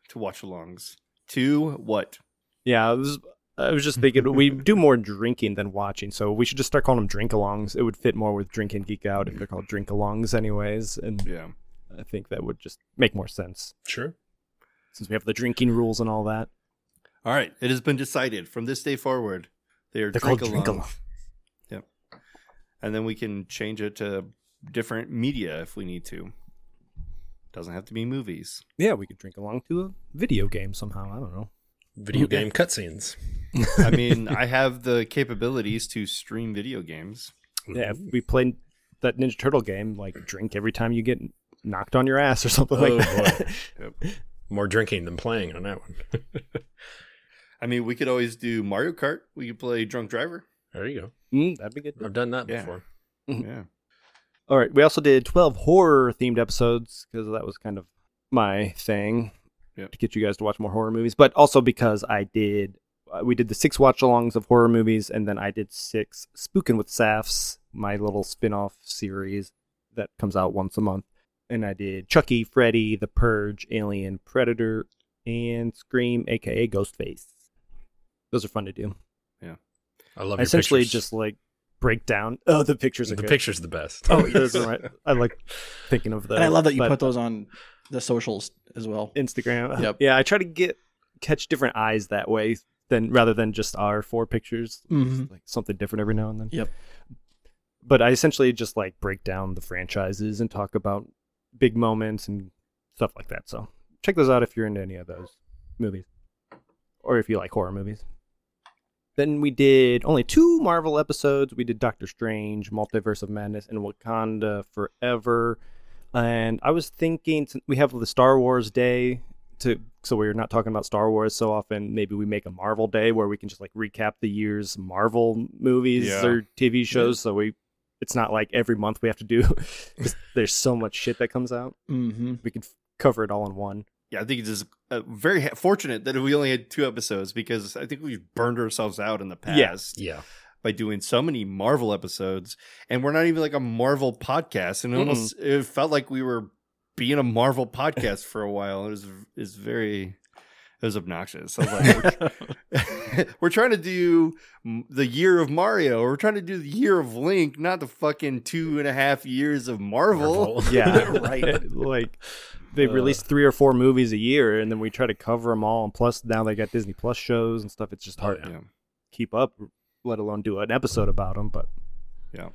Speaker 2: to watch alongs. To what?
Speaker 3: Yeah, I was I was just thinking we do more drinking than watching, so we should just start calling them drink alongs. It would fit more with drink and geek out if they're called drink alongs, anyways. And
Speaker 2: Yeah.
Speaker 3: I think that would just make more sense
Speaker 4: sure.
Speaker 3: since we have the drinking rules and all that.
Speaker 2: All right. It has been decided from this day forward. They are
Speaker 3: They're called
Speaker 2: drink-alongs.
Speaker 3: drink-alongs.
Speaker 2: Yep. And then we can change it to different media if we need to. Doesn't have to be movies.
Speaker 3: Yeah, we could drink along to a video game somehow. I don't know.
Speaker 4: Video game cutscenes.
Speaker 2: I mean, I have the capabilities to stream video games.
Speaker 3: Yeah, if we played that Ninja Turtle game, like drink every time you get knocked on your ass or something
Speaker 4: Oh,
Speaker 3: like that.
Speaker 4: More drinking than playing on that one.
Speaker 2: I mean, we could always do Mario Kart. We could play Drunk Driver.
Speaker 4: There you go.
Speaker 3: Mm, that'd be good.
Speaker 4: I've done that
Speaker 2: Yeah.
Speaker 4: before.
Speaker 2: Yeah.
Speaker 3: All right, we also did 12 horror themed episodes because that was kind of my thing
Speaker 2: Yep.
Speaker 3: to get you guys to watch more horror movies, but also because I did uh, we did the six watch alongs of horror movies and then I did six Spookin' with Saffs, my little spin-off series that comes out once a month. And I did Chucky, Freddy, The Purge, Alien, Predator, and Scream aka Ghostface. Those are fun to do.
Speaker 4: I love your
Speaker 3: I essentially
Speaker 4: pictures.
Speaker 3: just like break down oh the pictures are
Speaker 4: the
Speaker 3: good.
Speaker 4: pictures the best.
Speaker 3: Oh, those are right. I like thinking of those.
Speaker 5: and I love that you
Speaker 3: but
Speaker 5: put those on the socials as well.
Speaker 3: Instagram.
Speaker 5: Yep.
Speaker 3: Yeah, I try to get catch different eyes that way than rather than just our four pictures,
Speaker 5: Mhm.
Speaker 3: like something different every now and then.
Speaker 5: Yep.
Speaker 3: But I essentially just like break down the franchises and talk about big moments and stuff like that. So check those out if you're into any of those movies, or if you like horror movies. Then we did only two Marvel episodes. We did Doctor Strange, Multiverse of Madness, and Wakanda Forever. And I was thinking since we have the Star Wars Day to so we're not talking about Star Wars so often. Maybe we make a Marvel Day where we can just like recap the year's Marvel movies
Speaker 2: Yeah.
Speaker 3: or TV shows. So we it's not like every month we have to do. just- there's so much shit that comes out.
Speaker 5: Mm-hmm.
Speaker 3: We could f- cover it all in one.
Speaker 2: Yeah, I think it's just uh, very ha- fortunate that we only had two episodes because I think we've burned ourselves out in the past
Speaker 3: Yeah.
Speaker 4: Yeah.
Speaker 2: by doing so many Marvel episodes, and we're not even like a Marvel podcast, and it
Speaker 3: Mm-mm.
Speaker 2: almost it felt like we were being a Marvel podcast for a while. It was is very it was obnoxious. I was like, we're, we're trying to do m- the year of Mario, we're trying to do the year of Link, not the fucking two and a half years of Marvel.
Speaker 3: Yeah,
Speaker 5: Right.
Speaker 3: like they
Speaker 2: Uh.
Speaker 3: release three or four movies a year, and then we try to cover them all. And plus, now they got Disney Plus shows and stuff. It's just hard
Speaker 2: Oh, yeah.
Speaker 3: to keep up, let alone do an episode about them. But
Speaker 2: Yeah.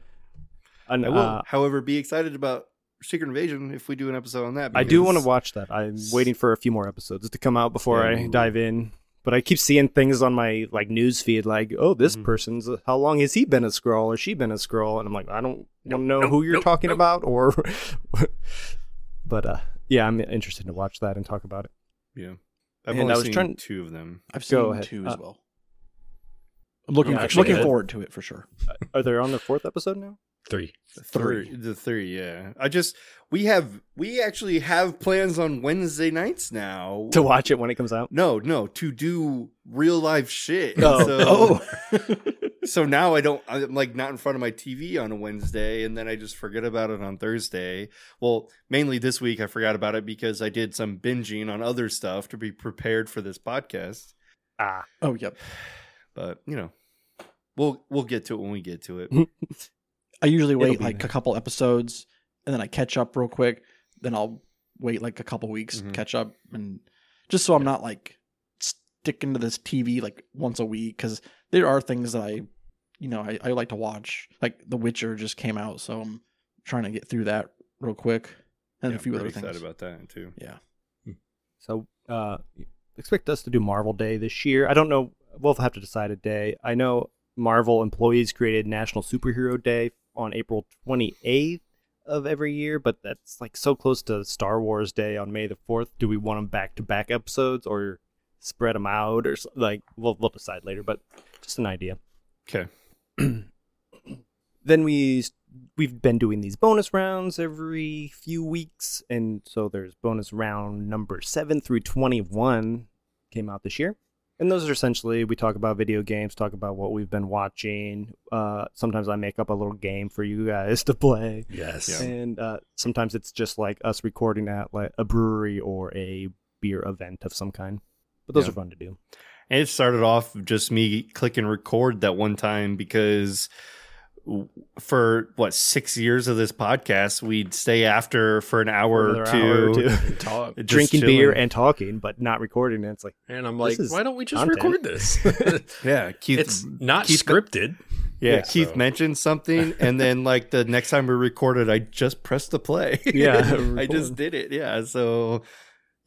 Speaker 3: and,
Speaker 2: I will,
Speaker 3: uh,
Speaker 2: however, be excited about Secret Invasion if we do an episode on that.
Speaker 3: I do want to
Speaker 2: because-
Speaker 3: watch that. I'm waiting for a few more episodes to come out before
Speaker 2: Yeah,
Speaker 3: I
Speaker 2: maybe.
Speaker 3: dive in. But I keep seeing things on my like news feed, like, "Oh, this
Speaker 4: Mm-hmm.
Speaker 2: Mhm.
Speaker 3: person's how long has he been a scroll or she been a scroll?" And I'm like, I don't want to know who you're
Speaker 4: nope,
Speaker 3: talking
Speaker 4: nope.
Speaker 3: about, or. but uh, yeah, I'm interested to watch that and talk about it.
Speaker 2: Yeah, I've
Speaker 3: And
Speaker 2: only
Speaker 3: I was
Speaker 2: seen
Speaker 3: trying-
Speaker 2: two of them.
Speaker 5: I've seen
Speaker 3: Go ahead.
Speaker 5: two as
Speaker 3: Uh,
Speaker 5: well. I'm looking
Speaker 4: I'm actually
Speaker 5: looking
Speaker 4: good.
Speaker 5: forward to it for sure.
Speaker 3: Are they on the fourth episode now?
Speaker 4: Three.
Speaker 2: The three, the three. Yeah, I just we have we actually have plans on Wednesday nights now.
Speaker 3: To watch it when it comes out.
Speaker 2: no, no, to do real live shit.
Speaker 3: Oh.
Speaker 2: so, so now I don't. I'm like not in front of my TV on a Wednesday, and then I just forget about it on Thursday. Well, mainly this week I forgot about it because I did some binging on other stuff to be prepared for this podcast.
Speaker 3: Ah,
Speaker 5: oh yep.
Speaker 2: But you know, we'll we'll get to it when we get to it.
Speaker 5: I usually wait
Speaker 3: be
Speaker 5: like
Speaker 3: there.
Speaker 5: a couple episodes and then I catch up real quick. Then I'll wait like a couple weeks,
Speaker 2: Mhm.
Speaker 5: catch up, and just so I'm not like sticking to this TV like once a week because there are things that I, you know, I, I like to watch. Like The Witcher just came out, so I'm trying to get through that real quick and
Speaker 2: Yeah,
Speaker 5: a few
Speaker 2: I'm
Speaker 5: other
Speaker 2: pretty
Speaker 5: things.
Speaker 2: Excited about that too.
Speaker 5: yeah.
Speaker 3: so uh, expect us to do Marvel Day this year. I don't know. We'll have to decide a day. I know Marvel employees created National Superhero Day on April 28th of every year, but that's like so close to Star Wars Day on May the 4th. Do we want them back to back episodes or spread them out or s- like we'll we'll decide later, but just an idea.
Speaker 2: Okay.
Speaker 3: Then we s- we've been doing these bonus rounds every few weeks, and so there's bonus round number seven through twenty-one came out this year, and those are essentially we talk about video games, talk about what we've been watching. Uh, sometimes I make up a little game for you guys to play,
Speaker 4: Yes.
Speaker 3: and uh, sometimes it's just like us recording at like a brewery or a beer event of some kind. But those
Speaker 2: Yeah.
Speaker 3: are fun to do.
Speaker 2: And it started off just me clicking record that one time because w- for what six years of this podcast, we'd stay after for an hour or
Speaker 3: Another
Speaker 2: two,
Speaker 3: hour or two.
Speaker 4: And talk.
Speaker 2: just
Speaker 3: Drinking
Speaker 2: chilling.
Speaker 3: beer and talking, but not recording. And it's like,
Speaker 4: And I'm like,
Speaker 3: This is
Speaker 4: why don't we just
Speaker 3: content.
Speaker 4: record this?
Speaker 2: yeah, Keith.
Speaker 4: it's not
Speaker 2: Keith-
Speaker 4: scripted.
Speaker 2: yeah,
Speaker 4: yeah,
Speaker 2: Keith
Speaker 4: so-
Speaker 2: mentioned something, and then like the next time we recorded, I just pressed the play.
Speaker 3: Yeah,
Speaker 2: I just did it. Yeah, so.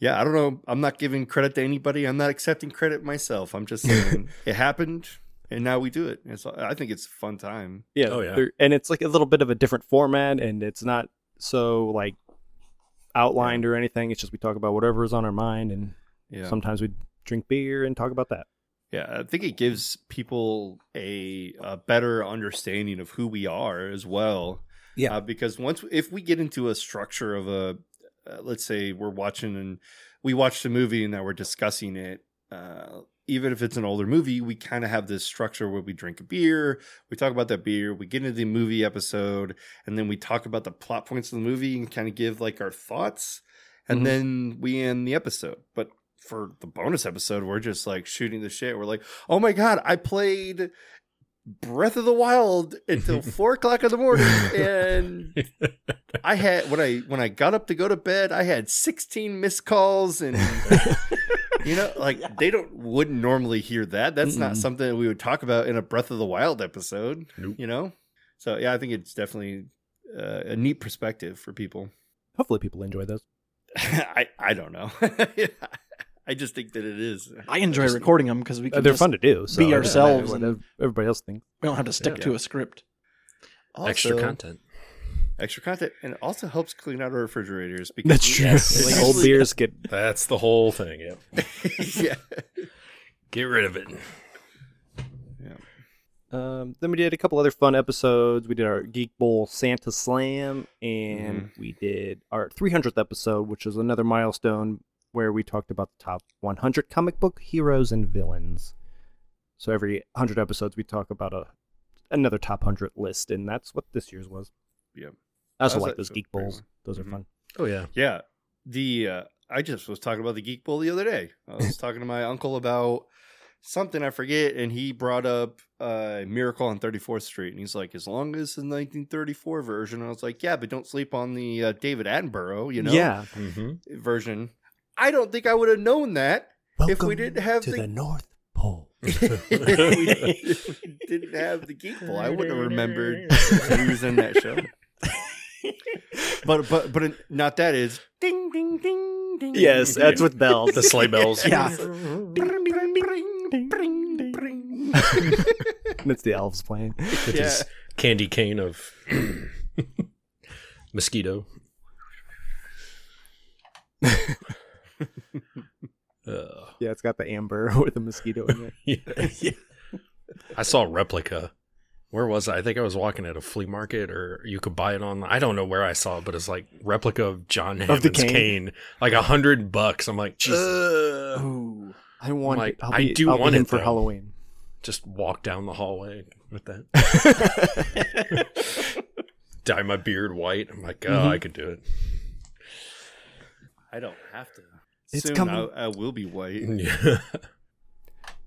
Speaker 2: Yeah, I don't know. I'm not giving credit to anybody. I'm not accepting credit myself. I'm just saying it happened, and now we do it. And so I think it's a fun time.
Speaker 3: Yeah.
Speaker 4: Oh, yeah.
Speaker 3: they're- And it's like a little bit of a different format and it's not so like outlined or anything. It's just we talk about whatever is on our mind and
Speaker 2: Yeah.
Speaker 3: sometimes we drink beer and talk about that.
Speaker 2: Yeah, I think it gives people a, a better understanding of who we are as well.
Speaker 3: Yeah.
Speaker 2: Uh, because once if we get into a structure of a, uh, let's say we're watching and we watched a movie and now we're discussing it. Uh, even if it's an older movie, we kind of have this structure where we drink a beer, we talk about that beer, we get into the movie episode, and then we talk about the plot points of the movie and kind of give like our thoughts, and
Speaker 3: Mhm.
Speaker 2: then we end the episode. But for the bonus episode, we're just like shooting the shit. We're like, oh my god, I played Breath of the Wild until four o'clock in the morning, and I had when I when I got up to go to bed, I had 16 missed calls and you know, like they don't wouldn't normally hear that. That's not
Speaker 5: Mm-mm.
Speaker 2: something that we would talk about in a Breath of the Wild episode,
Speaker 4: Nope.
Speaker 2: you know? So yeah, I think it's definitely uh, a neat perspective for people.
Speaker 3: Hopefully people enjoy those.
Speaker 2: I I don't know. I I just think that it is.
Speaker 5: I enjoy recording them because we can
Speaker 3: Uh, They're
Speaker 5: just-
Speaker 3: fun to do. So
Speaker 5: be
Speaker 3: it doesn't
Speaker 5: ourselves
Speaker 3: matter what
Speaker 5: and-
Speaker 3: ev- everybody else thinks.
Speaker 5: We don't have to stick
Speaker 4: Yeah.
Speaker 5: to a script.
Speaker 4: Extra
Speaker 2: Also,
Speaker 4: content.
Speaker 2: Extra content, and it also helps clean out our refrigerators. Because
Speaker 3: That's
Speaker 2: we-
Speaker 3: true.
Speaker 2: Yes.
Speaker 3: Like old beers get
Speaker 4: That's the whole thing. Yeah.
Speaker 2: yeah.
Speaker 4: Get rid of it.
Speaker 3: Um, then we did a couple other fun episodes. We did our Geek Bowl Santa Slam, and
Speaker 2: Mm-hmm.
Speaker 3: we did our 300th episode, which is another milestone where we talked about the top 100 comic book heroes and villains. So every 100 episodes, we talk about a another top 100 list, and that's what this year's was.
Speaker 2: Yep.
Speaker 3: I also
Speaker 2: That was
Speaker 3: like
Speaker 2: a-
Speaker 3: those
Speaker 2: a
Speaker 3: Geek
Speaker 2: great
Speaker 3: Bowls;
Speaker 2: one.
Speaker 3: those
Speaker 2: Mhm.
Speaker 3: are fun.
Speaker 4: Oh yeah.
Speaker 2: Yeah. The uh, I just was talking about the Geek Bowl the other day. I was talking to my uncle about something I forget, and he brought up uh, Miracle on 34th Street, and he's like, "As long as the 1934 version." I was like, "Yeah, but don't sleep on the uh, David Attenborough, you know,
Speaker 3: yeah.
Speaker 4: Mm-hmm.
Speaker 2: version." I don't think I would have known that if we
Speaker 3: Welcome
Speaker 2: didn't have
Speaker 3: to
Speaker 2: the,
Speaker 3: the North Pole.
Speaker 2: if we didn't- if we didn't have the Geek Bowl. I wouldn't have remembered who was in that show. But but but not that is ding ding ding ding.
Speaker 3: Yes, that's with bells.
Speaker 4: The sleigh bells.
Speaker 5: Yeah.
Speaker 2: Bring, bring, bring, bring, bring.
Speaker 3: it's the elves playing.
Speaker 4: With
Speaker 2: Yeah.
Speaker 4: his candy cane of mosquito. uh,
Speaker 3: Yeah, it's got the amber with the mosquito in it.
Speaker 4: yeah. I saw replica. Where was I? I think I was walking at a flea market, or you could buy it online. I don't know where I saw it, but it's like replica of John Hammond's
Speaker 3: the
Speaker 4: cane.
Speaker 3: cane.
Speaker 4: like a hundred bucks. I'm like, "Ugh."
Speaker 5: Ooh.
Speaker 3: I want
Speaker 4: Like,
Speaker 3: it. I'll
Speaker 4: I
Speaker 3: be-
Speaker 4: do
Speaker 3: I'll be
Speaker 4: want
Speaker 3: in
Speaker 4: it,
Speaker 3: for
Speaker 4: though.
Speaker 3: Halloween.
Speaker 4: just walk down the hallway with that. Dye my beard white. I'm like, oh, I could do it.
Speaker 2: I don't have to.
Speaker 3: It's
Speaker 2: Soon
Speaker 3: coming.
Speaker 2: I, I will be white.
Speaker 4: Yeah.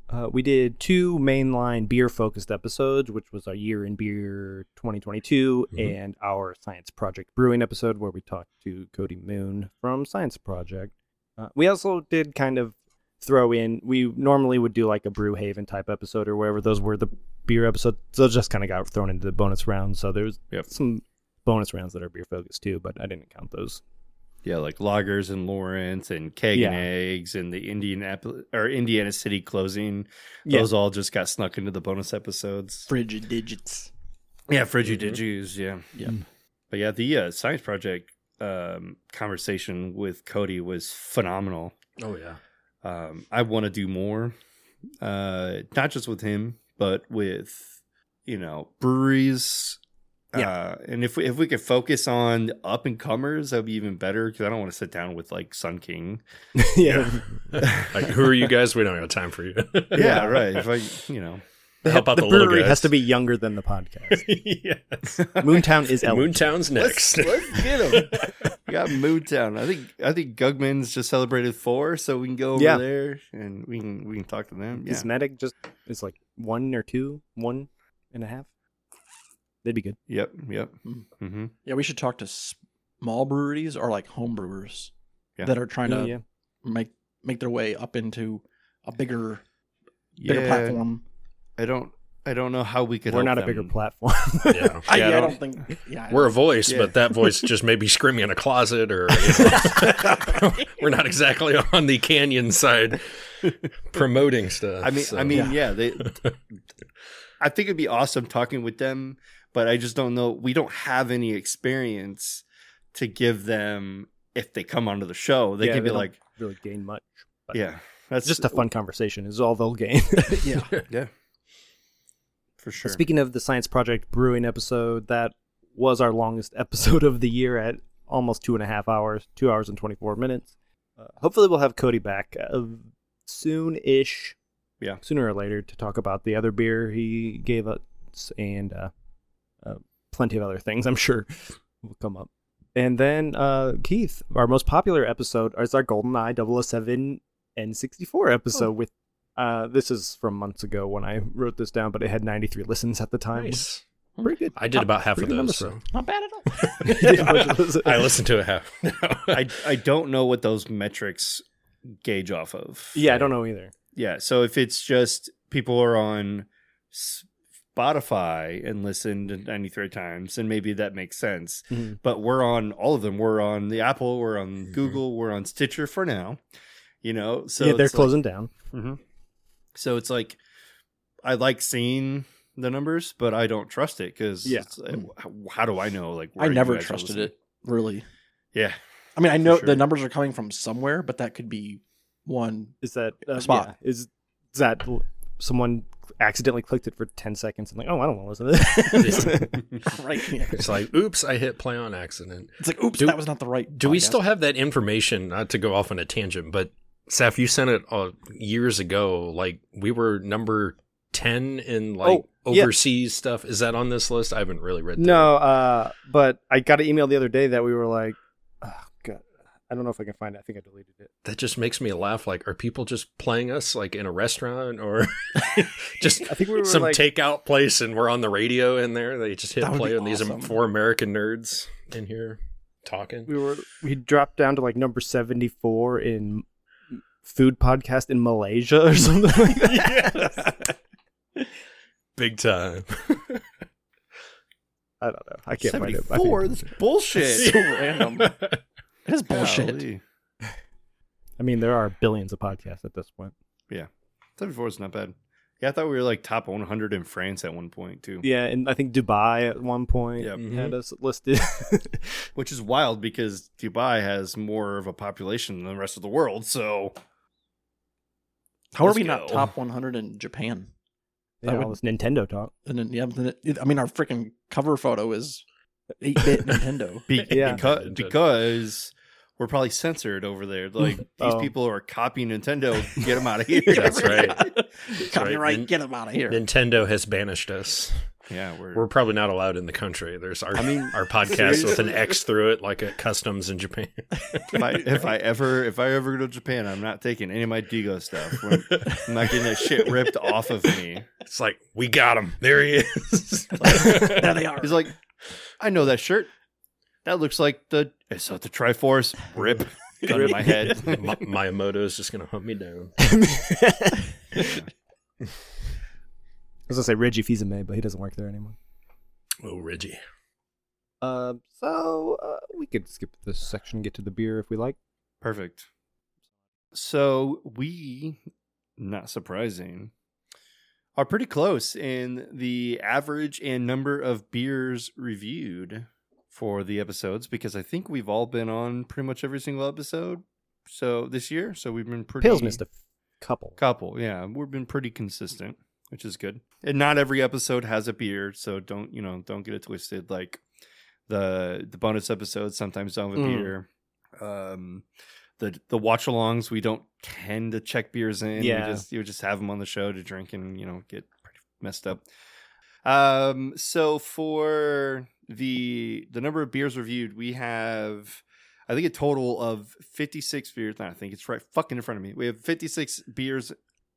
Speaker 3: Uh, we did two mainline beer focused episodes, which was our year in beer 2022
Speaker 4: Mhm.
Speaker 3: and our science project brewing episode, where we talked to Cody Moon from Science Project. Uh, we also did kind of throw in, we normally would do like a Brew Haven type episode or wherever those were the beer episodes. Those just kind of got thrown into the bonus round. So there's
Speaker 2: Yep.
Speaker 3: some bonus rounds that are beer focused too, but I didn't count those.
Speaker 2: Yeah, like loggers and Lawrence and keg
Speaker 3: Yeah.
Speaker 2: and eggs and the Indianapolis or Indiana City closing.
Speaker 3: Yeah.
Speaker 2: Those all just got snuck into the bonus episodes.
Speaker 5: Frigid digits.
Speaker 2: Yeah, Frigid did use, yeah.
Speaker 5: Yep.
Speaker 2: But yeah, the uh, science project um, conversation with Cody was phenomenal.
Speaker 4: Oh yeah.
Speaker 2: Um, I want to do more, uh, not just with him, but with you know breweries.
Speaker 5: Yeah.
Speaker 2: Uh, and if we, if we could focus on up and comers, that would be even better because I don't want to sit down with like Sun King.
Speaker 3: yeah.
Speaker 4: like, who are you guys? We don't have time for you.
Speaker 2: Yeah, right. If I, you know,
Speaker 4: Help out
Speaker 3: the
Speaker 4: the, little
Speaker 3: brewery
Speaker 4: guys.
Speaker 3: has to be younger than the podcast.
Speaker 4: yes.
Speaker 3: Moontown is eligible.
Speaker 4: Moontown's next.
Speaker 2: let's get him. we got Moontown. I think I think Gugman's just celebrated four, so we can go over
Speaker 3: Yeah.
Speaker 2: there and we can we can talk to them. Yeah,
Speaker 3: His medic just is like one or two, one and a half. That'd be good.
Speaker 2: yep, yep.
Speaker 5: Mm.
Speaker 2: Mm-hmm.
Speaker 5: Yeah, we should talk to small breweries or like home brewers
Speaker 2: Yeah.
Speaker 5: that are trying to
Speaker 3: yeah.
Speaker 5: make make their way up into a bigger
Speaker 2: Yeah,
Speaker 5: bigger platform.
Speaker 2: I don't I don't know how we could.
Speaker 3: We're
Speaker 2: help
Speaker 3: not a
Speaker 2: them.
Speaker 3: bigger platform.
Speaker 4: yeah.
Speaker 5: I,
Speaker 2: Yeah,
Speaker 5: yeah, I
Speaker 2: I
Speaker 5: don't think. Yeah,
Speaker 4: We're a voice,
Speaker 2: Yeah.
Speaker 4: but that voice just may be screaming in a closet, or you know. we're not exactly on the canyon side promoting stuff.
Speaker 2: I mean,
Speaker 4: so.
Speaker 2: I
Speaker 3: uh,
Speaker 2: mean, yeah. they, I think it'd be awesome talking with them, but I just don't know. We don't have any experience to give them if they come onto the show. They
Speaker 3: Yeah,
Speaker 2: can
Speaker 3: they
Speaker 2: be
Speaker 3: don't
Speaker 2: like,
Speaker 3: really gain much. but-
Speaker 2: yeah, that's
Speaker 3: It's just a fun conversation. Is all they'll gain.
Speaker 5: yeah.
Speaker 2: yeah, for sure.
Speaker 3: Speaking of the science project brewing episode, that was our longest episode of the year at almost two and a half hours, two hours and twenty four minutes. Uh, hopefully, we'll have Cody back uh, soon-ish.
Speaker 2: Yeah.
Speaker 3: sooner or later to talk about the other beer he gave uh, us and uh, uh, plenty of other things. I'm sure will come up. And then uh, Keith, our most popular episode is our GoldenEye 007 N64
Speaker 5: Oh.
Speaker 3: episode with. Uh, this is from months ago when I wrote this down, but it had 93 listens at the time.
Speaker 4: nice.
Speaker 3: Pretty good.
Speaker 4: I
Speaker 2: Uh,
Speaker 4: did about half of
Speaker 3: Pretty good
Speaker 4: those.
Speaker 3: number.
Speaker 4: So.
Speaker 5: not bad at all.
Speaker 3: did a bunch of those.
Speaker 4: I listened to a half.
Speaker 2: I I don't know what those metrics gauge off of.
Speaker 3: Yeah, I don't know either.
Speaker 2: yeah. So if it's just people are on Spotify and listened 93 times, and maybe that makes sense.
Speaker 3: Mm-hmm.
Speaker 2: but we're on all of them. We're on the Apple, we're on
Speaker 4: Mhm.
Speaker 2: Google, we're on Stitcher for now. You know, so
Speaker 3: yeah, they're
Speaker 2: it's like-
Speaker 3: closing down.
Speaker 5: Mm-hmm.
Speaker 2: hmm So it's like I like seeing the numbers, but I don't trust it because
Speaker 3: Yeah.
Speaker 2: how, how do I know? Like
Speaker 5: I
Speaker 2: where you
Speaker 5: never
Speaker 2: guys are
Speaker 5: trusted
Speaker 2: listening?
Speaker 5: it really.
Speaker 2: Yeah,
Speaker 5: I mean, I know
Speaker 2: sure.
Speaker 5: the numbers are coming from somewhere, but that could be one.
Speaker 3: Is that uh,
Speaker 5: Spot.
Speaker 3: yeah, is, is that l- someone accidentally clicked it for ten seconds and like, oh, I don't want to listen to this.
Speaker 5: Right.
Speaker 4: It's like, oops, I hit play on accident.
Speaker 5: It's like, oops,
Speaker 4: Do-
Speaker 5: that was not the right.
Speaker 4: Do we
Speaker 3: Oh,
Speaker 5: podcast.
Speaker 4: still have that information? Not to go off on a tangent, but Saf, you sent it uh, years ago. Like we were number ten in like
Speaker 3: Oh, yeah.
Speaker 4: overseas stuff. Is that on this list? I haven't really read. that.
Speaker 3: no, uh, but I got an email the other day that we were like, oh, God, I don't know if I can find it. I think I deleted it.
Speaker 4: that just makes me laugh. Like, are people just playing us like in a restaurant or just
Speaker 3: I think we were
Speaker 4: some
Speaker 3: like,
Speaker 4: takeout place and we're on the radio in there? They just hit
Speaker 5: That would
Speaker 4: play
Speaker 5: be
Speaker 4: on these
Speaker 5: awesome.
Speaker 4: four American nerds in here talking.
Speaker 3: we were we dropped down to like number seventy four in food podcast in Malaysia or something like that.
Speaker 4: Big time.
Speaker 3: I don't know. I can't find it. I think-
Speaker 2: seventy-four. That's
Speaker 5: It's
Speaker 2: bullshit.
Speaker 5: so random. It is bullshit.
Speaker 2: Golly.
Speaker 3: I mean, there are billions of podcasts at this point.
Speaker 2: Seventy-four is not bad. Yeah, I thought we were like top one hundred in France at one point too.
Speaker 3: Yeah, and I think Dubai at one point
Speaker 2: Yep.
Speaker 3: had us listed.
Speaker 2: which is wild because Dubai has more of a population than the rest of the world. So
Speaker 5: How are
Speaker 2: Let's
Speaker 5: we not
Speaker 2: go.
Speaker 5: top 100 in Japan?
Speaker 3: yeah, all this Nintendo talk.
Speaker 5: And then, yeah, then it, I mean, our freaking cover photo is 8 bit Nintendo.
Speaker 2: Be-
Speaker 3: Yeah.
Speaker 2: because because we're probably censored over there. Like these
Speaker 3: Oh.
Speaker 2: people are copying Nintendo. Get them out of here.
Speaker 4: That's right.
Speaker 5: Copyright,
Speaker 4: right. Nin-
Speaker 5: get them out of here.
Speaker 4: Nintendo has banished us.
Speaker 2: Yeah, we're,
Speaker 4: We're probably not allowed in the country. There's our
Speaker 2: I mean,
Speaker 4: our podcast with an X through it, like at customs in Japan.
Speaker 2: if I, if I ever if I ever go to Japan, I'm not taking any of my Digo stuff. We're- I'm not getting that shit ripped off of me.
Speaker 4: It's like we got him. There he is.
Speaker 5: there they are.
Speaker 2: He's like, I know that shirt. That looks like the it's not the Triforce rip gun to my head.
Speaker 4: Ma- Miyamoto is just gonna hunt me down.
Speaker 3: I was gonna say Reggie Fils-Aimé, but he doesn't work there anymore.
Speaker 4: Oh, Reggie.
Speaker 3: Um, so uh, we could skip this section, get to the beer if we like.
Speaker 2: Perfect. So we, not surprising, are pretty close in the average and number of beers reviewed for the episodes because I think we've all been on pretty much every single episode. So this year, so we've been pretty
Speaker 3: Pales missed a f- couple.
Speaker 2: couple. Yeah, we've been pretty consistent, which is good. And not every episode has a beer, so don't you know? Don't get it twisted. Like the the bonus episodes sometimes don't have a
Speaker 4: Mm.
Speaker 2: beer. Um, the the watch alongs we don't tend to check beers in.
Speaker 3: Yeah.
Speaker 2: we just you just have them on the show to drink and you know get pretty messed up. Um, so for the the number of beers reviewed, we have I think a total of 56 beers. No, I think it's right fucking in front of me. We have 56 beers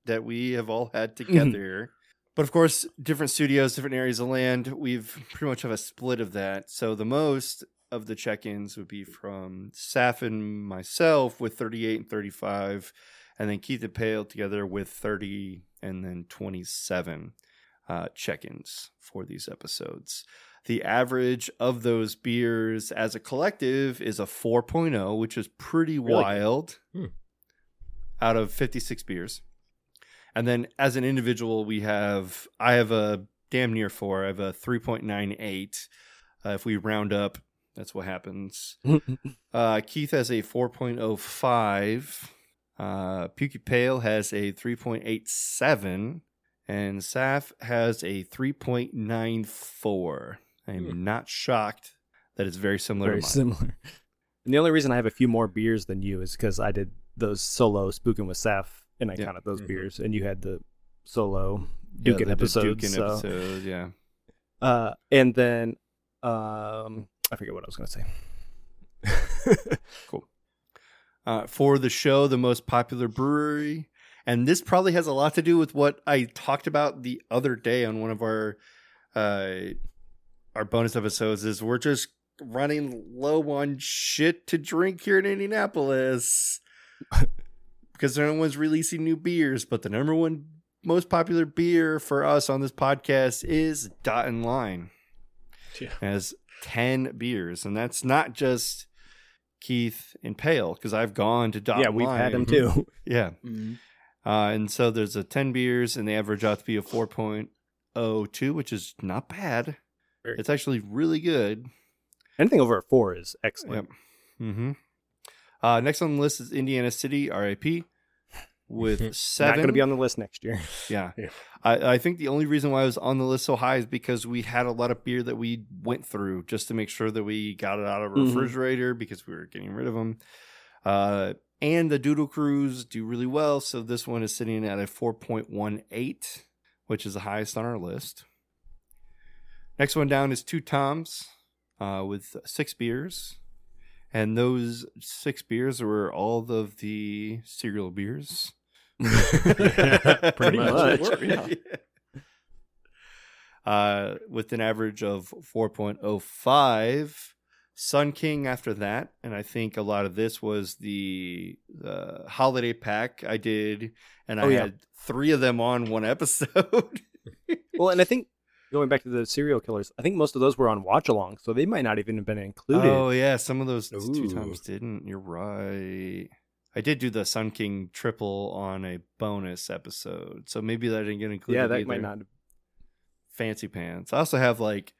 Speaker 2: that we have all had together. But of course, different studios, different areas of land, we've pretty much have a split of that. So the most of the check-ins would be from Saf and myself with 38 and 35, and then Keith and Pale together with 30 and then 27 uh, check-ins for these episodes the average of those beers as a collective is a 4.0 which is pretty
Speaker 4: Really?
Speaker 2: wild
Speaker 4: Hmm.
Speaker 2: out of 56 beers and then as an individual we have i have a damn near four i have a 3.98 uh, if we round up that's what happens uh, keith has a 4.05 uh, Puky Pale has a 3.87 and Saf has a 3.94. I'm not shocked that it's very similar
Speaker 3: Hmm. Very
Speaker 2: to mine.
Speaker 3: similar. And the only reason I have a few more beers than you is because I did those solo spooking with Saf, and I
Speaker 2: Yeah.
Speaker 3: counted those
Speaker 4: Mhm.
Speaker 3: beers, and you had the solo
Speaker 2: Mm-hmm. Yeah,
Speaker 3: Dukin
Speaker 2: the- the
Speaker 3: episodes.
Speaker 2: Dukin
Speaker 3: so.
Speaker 2: episode, yeah.
Speaker 3: Uh, and then um, I forget what I was gonna say.
Speaker 2: Uh, for the show, the most popular brewery. And this probably has a lot to do with what I talked about the other day on one of our uh, our bonus episodes is we're just running low on shit to drink here in Indianapolis because no one's releasing new beers. But the number one most popular beer for us on this podcast is Dot and Line.
Speaker 4: Yeah.
Speaker 2: It Has ten beers, and that's not just Keith, and Pale because I've gone to Dot
Speaker 3: yeah, we've
Speaker 2: Wine.
Speaker 3: had them too.
Speaker 2: Yeah.
Speaker 5: Mhm.
Speaker 2: Uh, and so there's a 10 beers, and they average out to be a 4.02, which is not bad.
Speaker 4: Very-
Speaker 2: It's actually really good.
Speaker 3: Anything over a four is excellent.
Speaker 2: Mm-hmm. Uh, next on the list is Indiana City, RIP, with
Speaker 3: Not
Speaker 2: seven.
Speaker 3: going to be on the list next year.
Speaker 2: Yeah.
Speaker 4: Yeah.
Speaker 2: I, I think the only reason why I was on the list so high is because we had a lot of beer that we went through just to make sure that we got it out of our
Speaker 3: Mhm.
Speaker 2: refrigerator because we were getting rid of them. Uh, and the Doodle Crews do really well. So this one is sitting at a 4.18, which is the highest on our list. Next one down is Two Toms uh, with six beers. And those six beers were all of the cereal beers.
Speaker 4: Pretty
Speaker 5: That's
Speaker 3: much.
Speaker 5: what it were, yeah.
Speaker 2: Uh, with an average of 4.05. Sun King after that. And I think a lot of this was the uh, holiday pack I did. And
Speaker 3: Oh,
Speaker 2: I
Speaker 3: yeah.
Speaker 2: had three of them on one episode.
Speaker 3: well, and I think going back to the serial killers, I think most of those were on watch along, so they might not even have been included.
Speaker 2: Oh, yeah. Some of those two
Speaker 4: Ooh.
Speaker 2: times didn't. You're right. I did do the Sun King triple on a bonus episode. So maybe that didn't get included.
Speaker 3: yeah, that
Speaker 2: either.
Speaker 3: might not.
Speaker 2: fancy pants. I also have like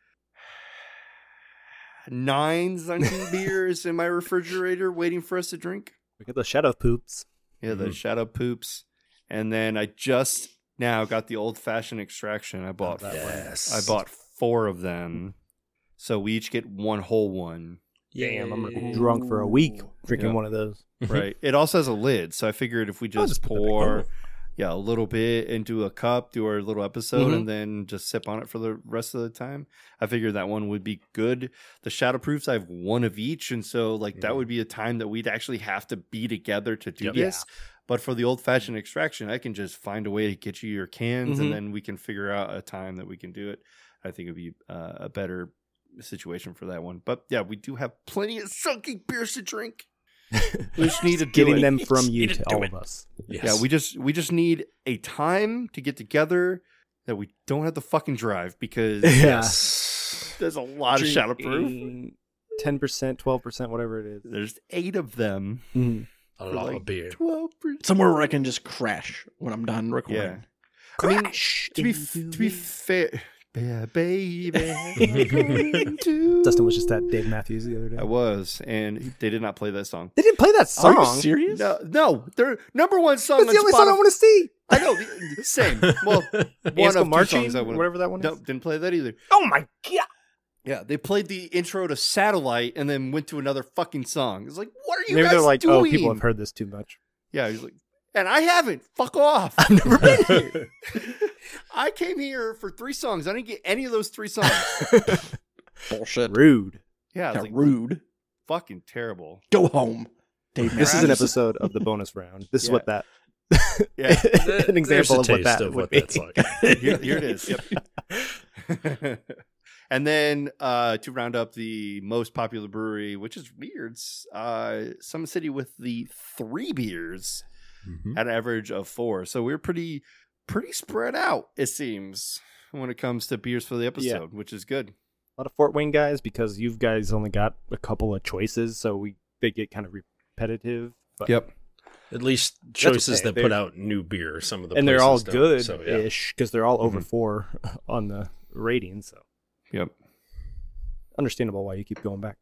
Speaker 2: nine Zunken beers in my refrigerator waiting for us to drink.
Speaker 3: We get the shadow poops.
Speaker 2: Yeah, the
Speaker 3: Mm-hmm.
Speaker 4: Mhm.
Speaker 2: shadow poops. And then I just now got the old fashioned extraction. I bought
Speaker 6: Yes.
Speaker 2: I bought four of them. So we each get one whole one.
Speaker 3: Damn, I'm gonna be drunk for a week drinking
Speaker 2: Yeah.
Speaker 3: one of those.
Speaker 2: Right. it also has a lid, so I figured if we
Speaker 3: Mm-hmm. I'll
Speaker 2: just,
Speaker 3: just put that back
Speaker 2: pour yeah, a little bit into a cup, do our little
Speaker 3: Mm-hmm.
Speaker 2: episode, and then just sip on it for the rest of the time. I figured that one would be good. The shadow proofs, I have one of each, and so like that
Speaker 3: Mm.
Speaker 4: Mhm.
Speaker 2: would be a time that we'd actually have to be together to do
Speaker 4: Yep.
Speaker 2: this. But for the old fashioned extraction, I can just find a way to get you your cans,
Speaker 3: Mhm.
Speaker 2: and then we can figure out a time that we can do it. I think it'd be uh, a better situation for that one. But yeah, we do have plenty of sunken beers to drink. We just need to do
Speaker 3: Getting
Speaker 2: it.
Speaker 3: them from you
Speaker 4: Need to
Speaker 3: to
Speaker 4: do
Speaker 3: all
Speaker 4: it.
Speaker 3: of us.
Speaker 2: Yeah, we just we just need a time to get together that we don't have to fucking drive because
Speaker 3: Yes.
Speaker 2: there's a lot of shadow proof.
Speaker 3: Ten percent, twelve percent, whatever it is.
Speaker 2: There's eight of them.
Speaker 3: Mm.
Speaker 4: a
Speaker 2: for,
Speaker 4: lot
Speaker 2: like,
Speaker 4: of beer.
Speaker 2: Twelve percent.
Speaker 5: Somewhere where I can just crash when I'm done recording.
Speaker 2: I mean, to be f- to be fair, ba- baby, I'm going to-
Speaker 3: Dustin was just at Dave Matthews the other day.
Speaker 2: I was, and they did not play that song.
Speaker 3: They didn't play that
Speaker 5: Are
Speaker 3: song.
Speaker 5: you serious?
Speaker 2: No, no, their number one song.
Speaker 3: That's the
Speaker 2: on
Speaker 3: only song I
Speaker 2: Spotify-
Speaker 3: want to see.
Speaker 2: I know. the- Same. Well, one
Speaker 3: Ansel
Speaker 2: of marching, two songs I wanna-
Speaker 3: whatever that one
Speaker 2: No,
Speaker 3: is.
Speaker 2: didn't play that either.
Speaker 3: Oh my god!
Speaker 2: Yeah, they played the intro to Satellite and then went to another fucking song. It's like, what are you
Speaker 3: Maybe
Speaker 2: guys
Speaker 3: they're like,
Speaker 2: doing?
Speaker 3: oh, people have heard this too much.
Speaker 2: Yeah, he's like, and I haven't. Fuck off. I've never been here. I came here for three songs. I didn't get any of those three songs.
Speaker 5: Bullshit.
Speaker 3: Rude.
Speaker 2: Yeah, it's
Speaker 5: Yeah,
Speaker 2: like
Speaker 5: rude.
Speaker 2: fucking terrible.
Speaker 5: Go home. Dave
Speaker 3: This is an
Speaker 5: Matthews.
Speaker 3: episode of the bonus round. This is
Speaker 2: Yeah.
Speaker 3: what that.
Speaker 2: Yeah,
Speaker 3: an example
Speaker 4: There's
Speaker 3: of
Speaker 4: a
Speaker 3: what
Speaker 4: taste
Speaker 3: that
Speaker 4: of
Speaker 3: would
Speaker 4: what
Speaker 3: be.
Speaker 4: that's like.
Speaker 2: here, here it is. Yep. and then uh, to round up the most popular brewery, which is weird, s- uh, Summit City with the three beers.
Speaker 4: Mhm.
Speaker 2: at an average of four. So we're pretty pretty spread out, it seems, when it comes to beers for the episode, which is good.
Speaker 3: a lot of Fort Wayne guys because you guys only got a couple of choices, so we they get kind of repetitive. But,
Speaker 2: Yep.
Speaker 4: At least choices
Speaker 3: okay.
Speaker 4: that put
Speaker 3: They're-
Speaker 4: out new beer. Some of the
Speaker 3: and they're all
Speaker 4: places don't,
Speaker 3: good
Speaker 4: So yeah. Mm-hmm.
Speaker 3: ish because they're all over four on the rating, so
Speaker 2: Yep.
Speaker 3: understandable why you keep going back.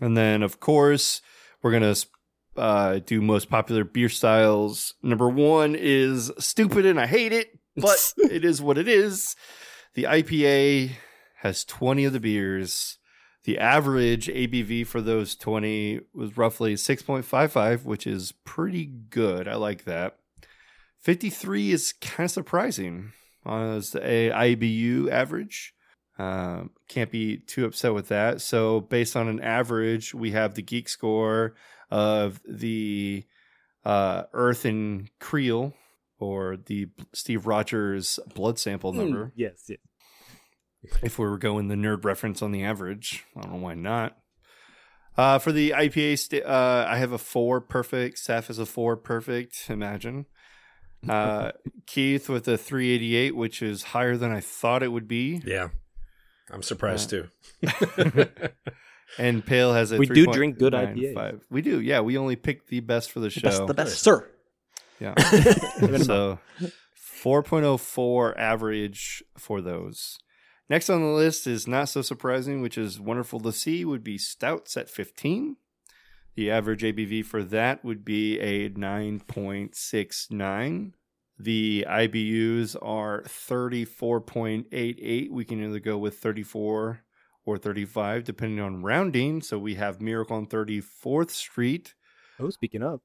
Speaker 2: And then of course, we're going to uh, do most popular beer styles. Number 1 is stupid and I hate it, but it is what it is. The IPA has 20 of the beers. The average ABV for those 20 was roughly 6.55, which is pretty good. I like that. 53 is kind of surprising as a IBU average. Um, can't be too upset with that. So, based on an average, we have the geek score of the uh, Earth and Creel or the Steve Rogers blood
Speaker 3: Hmm.
Speaker 2: sample number
Speaker 4: Mm,
Speaker 3: Yes, yes.
Speaker 2: if we were going the nerd reference on the average. I don't know why not. Uh, for the IPA, st- uh, I have a four perfect. Seth is a four perfect. Imagine. Uh, Keith with a 388, which is higher than I thought it would be.
Speaker 4: Yeah. I'm surprised too.
Speaker 2: And Pale has a
Speaker 3: We do drink good
Speaker 2: 3.95. We do, yeah. We only pick the best for the show.
Speaker 5: That's the best, sir.
Speaker 2: Yeah. so 4.04 average for those. Next on the list is not so surprising, which is wonderful to see, would be Stouts at 15. The average ABV for that would be a 9.69. The IBUs are 34.88. We can either go with 34 or 35, depending on rounding. So we have Miracle on 34th Street.
Speaker 3: Oh, speaking of,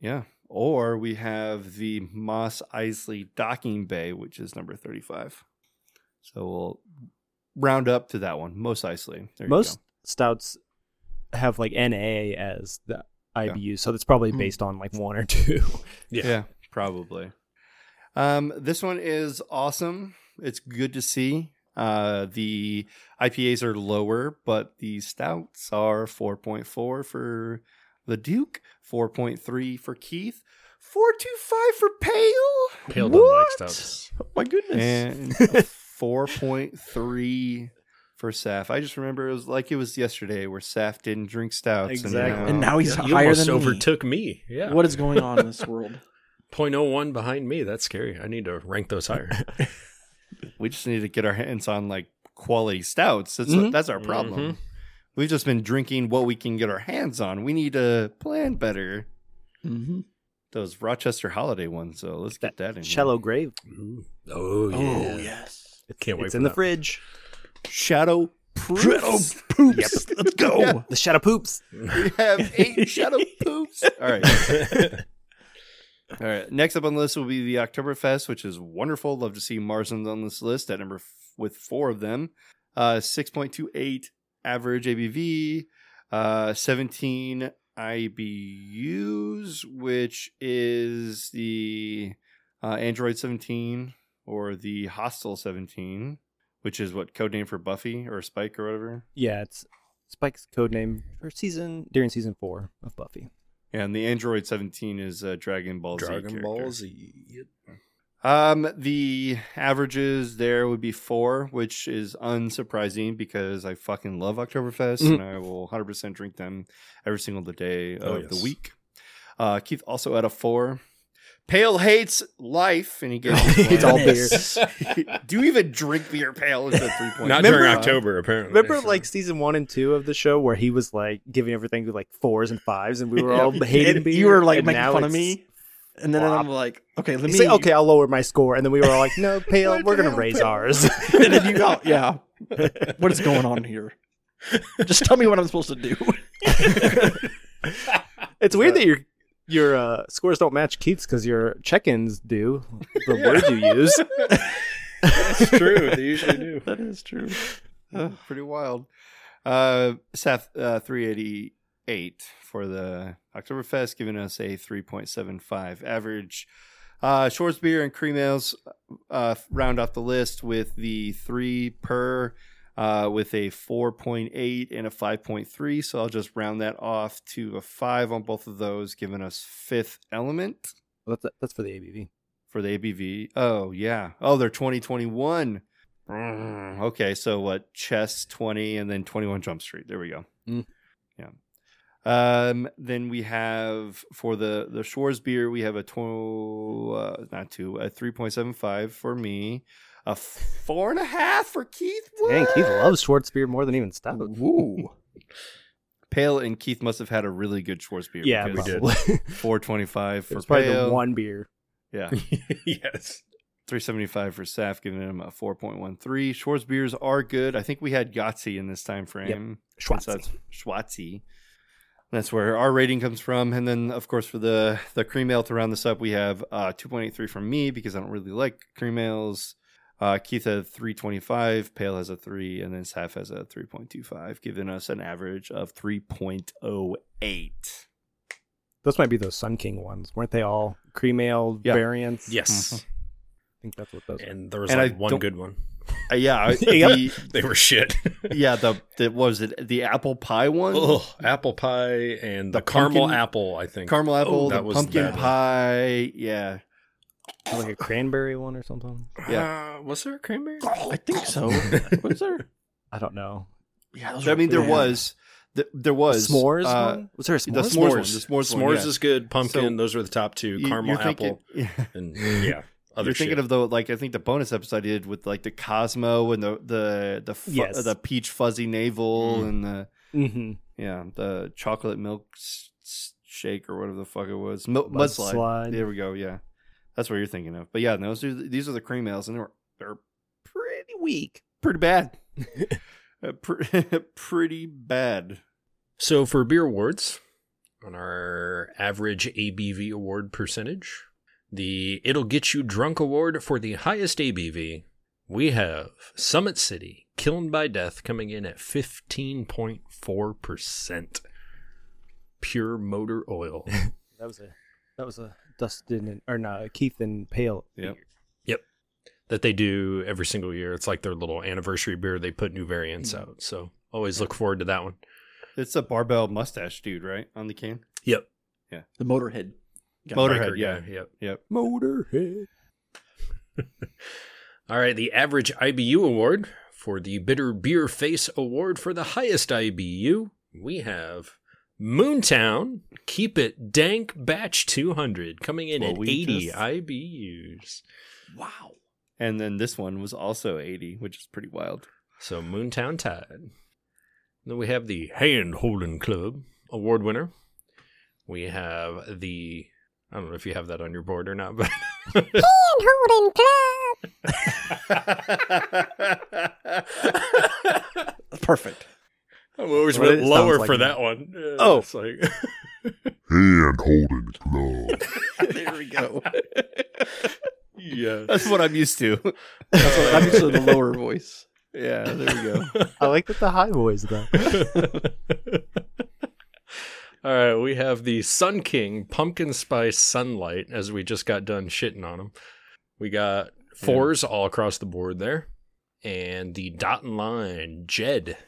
Speaker 2: Yeah. Or we have the Moss Isley docking bay, which is number 35. So we'll round up to that one. Most Isley. There
Speaker 3: most stouts have like NA as the IBU, so that's probably
Speaker 5: Mm.
Speaker 3: based on like one or two.
Speaker 2: you go. Yeah, probably. Um, this one is awesome. It's good to see. Uh, the IPAs are lower, but the stouts are 4.4 for the Duke, 4.3 for Keith, 4.25 for Pale.
Speaker 4: Pale doesn't like
Speaker 5: What?
Speaker 4: stouts.
Speaker 5: Oh My goodness.
Speaker 2: and 4.3 for Saf. I just remember it was like it was yesterday where Saf didn't drink stouts. uh,
Speaker 3: Exactly.
Speaker 5: and now Oh, he's
Speaker 4: uh, Yeah, you
Speaker 5: higher
Speaker 4: almost
Speaker 5: than me.
Speaker 4: overtook me. Yeah.
Speaker 5: What is going on in this world?
Speaker 4: 0.01 behind me? That's scary. I need to rank those higher.
Speaker 2: we just need to get our hands on like quality stouts. That's,
Speaker 5: Mhm.
Speaker 2: that's our problem.
Speaker 4: Mhm.
Speaker 2: We've just been drinking what we can get our hands on. We need to plan better.
Speaker 5: Mm-hmm.
Speaker 2: Those Rochester holiday ones, so let's get that in. here.
Speaker 3: Shallow grave.
Speaker 4: Ooh. Oh, yeah.
Speaker 5: Oh yes.
Speaker 3: It's,
Speaker 4: Can't wait
Speaker 3: It's
Speaker 4: for
Speaker 3: in the
Speaker 4: that.
Speaker 3: fridge.
Speaker 2: shadow proofs.
Speaker 5: Shadow poops. Let's go.
Speaker 2: Yeah.
Speaker 3: The shadow poops.
Speaker 2: We have eight shadow poops. All right. All right. Next up on the list will be the Oktoberfest, which is wonderful. Love to see Marsden's on this list at number f- with four of them. Uh, 6.28 average ABV, uh, 17 IBUs, which is the uh, Android 17 or the Hostile 17, which is what codename for Buffy or Spike or whatever.
Speaker 3: Yeah, it's Spike's code name for season during season four of Buffy.
Speaker 2: And the Android 17 is uh, Dragon Ball Z.
Speaker 4: Dragon
Speaker 2: character.
Speaker 4: Ball Z.
Speaker 2: Um, the averages there would be four, which is unsurprising because I fucking love Oktoberfest
Speaker 4: Mhm.
Speaker 2: and I will 100% drink them every single day of
Speaker 4: Oh,
Speaker 2: the
Speaker 4: yes.
Speaker 2: week. Uh, Keith also at a four. Pale hates life, and he gave it a
Speaker 3: all
Speaker 2: one.
Speaker 3: beer.
Speaker 2: Do you even drink beer? Pale is a three point. Uh,
Speaker 4: Not
Speaker 3: Remember-
Speaker 4: during October, apparently.
Speaker 3: Remember like season one and two of the show where he was like giving everything like fours and fives and we were all hating
Speaker 5: And
Speaker 3: beer.
Speaker 5: You were like
Speaker 3: and
Speaker 5: making
Speaker 3: now
Speaker 5: fun of
Speaker 3: it's-
Speaker 5: me, and then
Speaker 3: flop.
Speaker 5: I'm like, okay, let
Speaker 3: He's
Speaker 5: me.
Speaker 3: like, okay, I'll lower my score, and then we were all like, no, pale, we're gonna
Speaker 2: Pale,
Speaker 3: raise
Speaker 2: pale.
Speaker 3: ours.
Speaker 5: and then you go, yeah. What is going on here? Just tell me what I'm supposed to do.
Speaker 3: It's weird that your your uh, scores don't match Keith's because your check-ins do. The word you use.
Speaker 4: That's true. They usually do.
Speaker 5: That is true.
Speaker 2: pretty wild. Uh, Seth, uh, 388 for the Oktoberfest, giving us a 3.75 average. Uh, Schwartz beer and cream ales uh, round off the list with the three per, uh, with a 4.8 and a 5.3. So I'll just round that off to a five on both of those, giving us fifth element
Speaker 3: Well, that's that's for the ABV.
Speaker 2: for the ABV. Oh yeah. Oh, they're 2021. Mm, okay, so what? Chess 20 and then 21 Jump Street. There we go.
Speaker 3: Mm.
Speaker 2: Yeah. Um then we have for the the Schwarz beer, we have a two, uh, not two, a 3.75 for me, a four and a half for Keith. What?
Speaker 3: Dang, Keith loves Schwartz beer more than even Stout.
Speaker 5: Ooh.
Speaker 2: Pale and Keith must have had a really good Schwarz beer.
Speaker 3: Yeah,
Speaker 2: because
Speaker 4: we did.
Speaker 3: probably.
Speaker 2: 425 for
Speaker 3: it's probably
Speaker 2: Pale.
Speaker 3: the one beer.
Speaker 2: Yeah.
Speaker 4: yes.
Speaker 2: 375 for Saf, giving him a 4.13. Schwartz beers are good. I think we had Yahtzee in this time frame.
Speaker 3: Schwartz.
Speaker 2: So that's Schwartzy. That's where our rating comes from. And then, of course, for the, the cream ale to round this up, we have uh, 2.83 from me because I don't really like cream ales. Uh, Keith had 325, Pale has a 3, and then Saf has a 3.25, giving us an average of 3.08.
Speaker 3: Those might be those Sun King ones, weren't they all cream ale
Speaker 2: Yeah.
Speaker 3: variants?
Speaker 4: Yes.
Speaker 3: I think that's what those. Are.
Speaker 4: And there was
Speaker 2: And
Speaker 4: like
Speaker 2: I
Speaker 4: one
Speaker 2: don't-
Speaker 4: good one.
Speaker 2: Uh, yeah. I-
Speaker 3: Yep.
Speaker 2: the-
Speaker 4: They were shit.
Speaker 2: yeah. The, the, what was it? The apple pie one?
Speaker 4: Ugh, apple pie and the,
Speaker 2: The
Speaker 4: caramel
Speaker 2: pumpkin-
Speaker 4: apple, I think.
Speaker 2: caramel apple,
Speaker 4: Oh, that
Speaker 2: the
Speaker 4: was
Speaker 2: pumpkin
Speaker 4: bad.
Speaker 2: pie. Yeah,
Speaker 3: like a cranberry one or something.
Speaker 4: yeah. Uh, was there a cranberry?
Speaker 5: I think so. What is there?
Speaker 3: I don't know.
Speaker 5: Yeah, those
Speaker 2: I
Speaker 5: were
Speaker 2: mean there
Speaker 5: bad.
Speaker 2: was Th- there was
Speaker 3: s'mores
Speaker 2: uh,
Speaker 3: one? Was there a
Speaker 2: The
Speaker 3: s'mores?
Speaker 2: s'mores,
Speaker 3: one?
Speaker 2: one, the s'mores, one,
Speaker 4: S'mores
Speaker 2: yeah.
Speaker 4: is good. Pumpkin.
Speaker 2: So,
Speaker 4: those are the top two.
Speaker 2: You-
Speaker 4: Caramel
Speaker 2: you're
Speaker 4: apple.
Speaker 2: thinking- yeah.
Speaker 4: and yeah, other
Speaker 2: You're thinking
Speaker 4: shit.
Speaker 2: of the like I think the bonus episode I did with like the Cosmo and the the the fu-
Speaker 3: Yes.
Speaker 2: the peach fuzzy navel
Speaker 4: Mm.
Speaker 2: and the
Speaker 3: Mm-hmm.
Speaker 2: yeah the chocolate milk s- s- shake or whatever the fuck it was Mil- mudslide.
Speaker 3: Mudslide.
Speaker 2: There we go. Yeah, that's what you're thinking of. But yeah, those are the- these are the cream ales and they're they're pretty weak, pretty bad, Uh, pre- pretty bad.
Speaker 4: So for beer awards, on our average ABV award percentage, the It'll Get You Drunk award for the highest ABV, we have Summit City, Killing by Death, coming in at 15.4%. Pure motor oil.
Speaker 3: That was a that was a Dustin and, or no Keith and Pale.
Speaker 2: Yep.
Speaker 4: that they do every single year. It's like their little anniversary beer. They put new variants
Speaker 2: Mm.
Speaker 4: out. So always look forward to that one.
Speaker 2: It's a barbell mustache dude, right on the can.
Speaker 4: Yep.
Speaker 5: The Motorhead. guy.
Speaker 2: Motor- Motorhead,
Speaker 4: Biker
Speaker 2: yeah.
Speaker 4: guy, Yep.
Speaker 2: Yep.
Speaker 3: Motorhead.
Speaker 4: All right. The average IBU award for the Bitter Beer Face Award for the highest IBU, we have Moontown Keep It Dank Batch 200 coming in
Speaker 2: Well,
Speaker 4: at
Speaker 2: we
Speaker 4: 80
Speaker 2: just-
Speaker 4: IBUs.
Speaker 5: Wow.
Speaker 2: And then this one was also 80, which is pretty wild.
Speaker 4: So Moontown Tide. Then we have the Hand Holding Club award winner. We have the I don't know if you have that on your board or not, but
Speaker 5: Perfect.
Speaker 4: I'm always
Speaker 3: Well,
Speaker 4: went
Speaker 3: it
Speaker 4: lower
Speaker 3: sounds like
Speaker 4: for
Speaker 3: it.
Speaker 4: that one. Uh,
Speaker 3: Oh.
Speaker 4: it's like-
Speaker 1: Hand holding club.
Speaker 5: there we go.
Speaker 4: yeah.
Speaker 2: That's what I'm used to.
Speaker 5: That's what, I'm used to the lower voice.
Speaker 2: Yeah, there we go.
Speaker 3: I like that the high boys though.
Speaker 4: All right, we have the Sun King Pumpkin Spice Sunlight as we just got done shitting on them. We got fours all across the board there. And the dot and line Jed,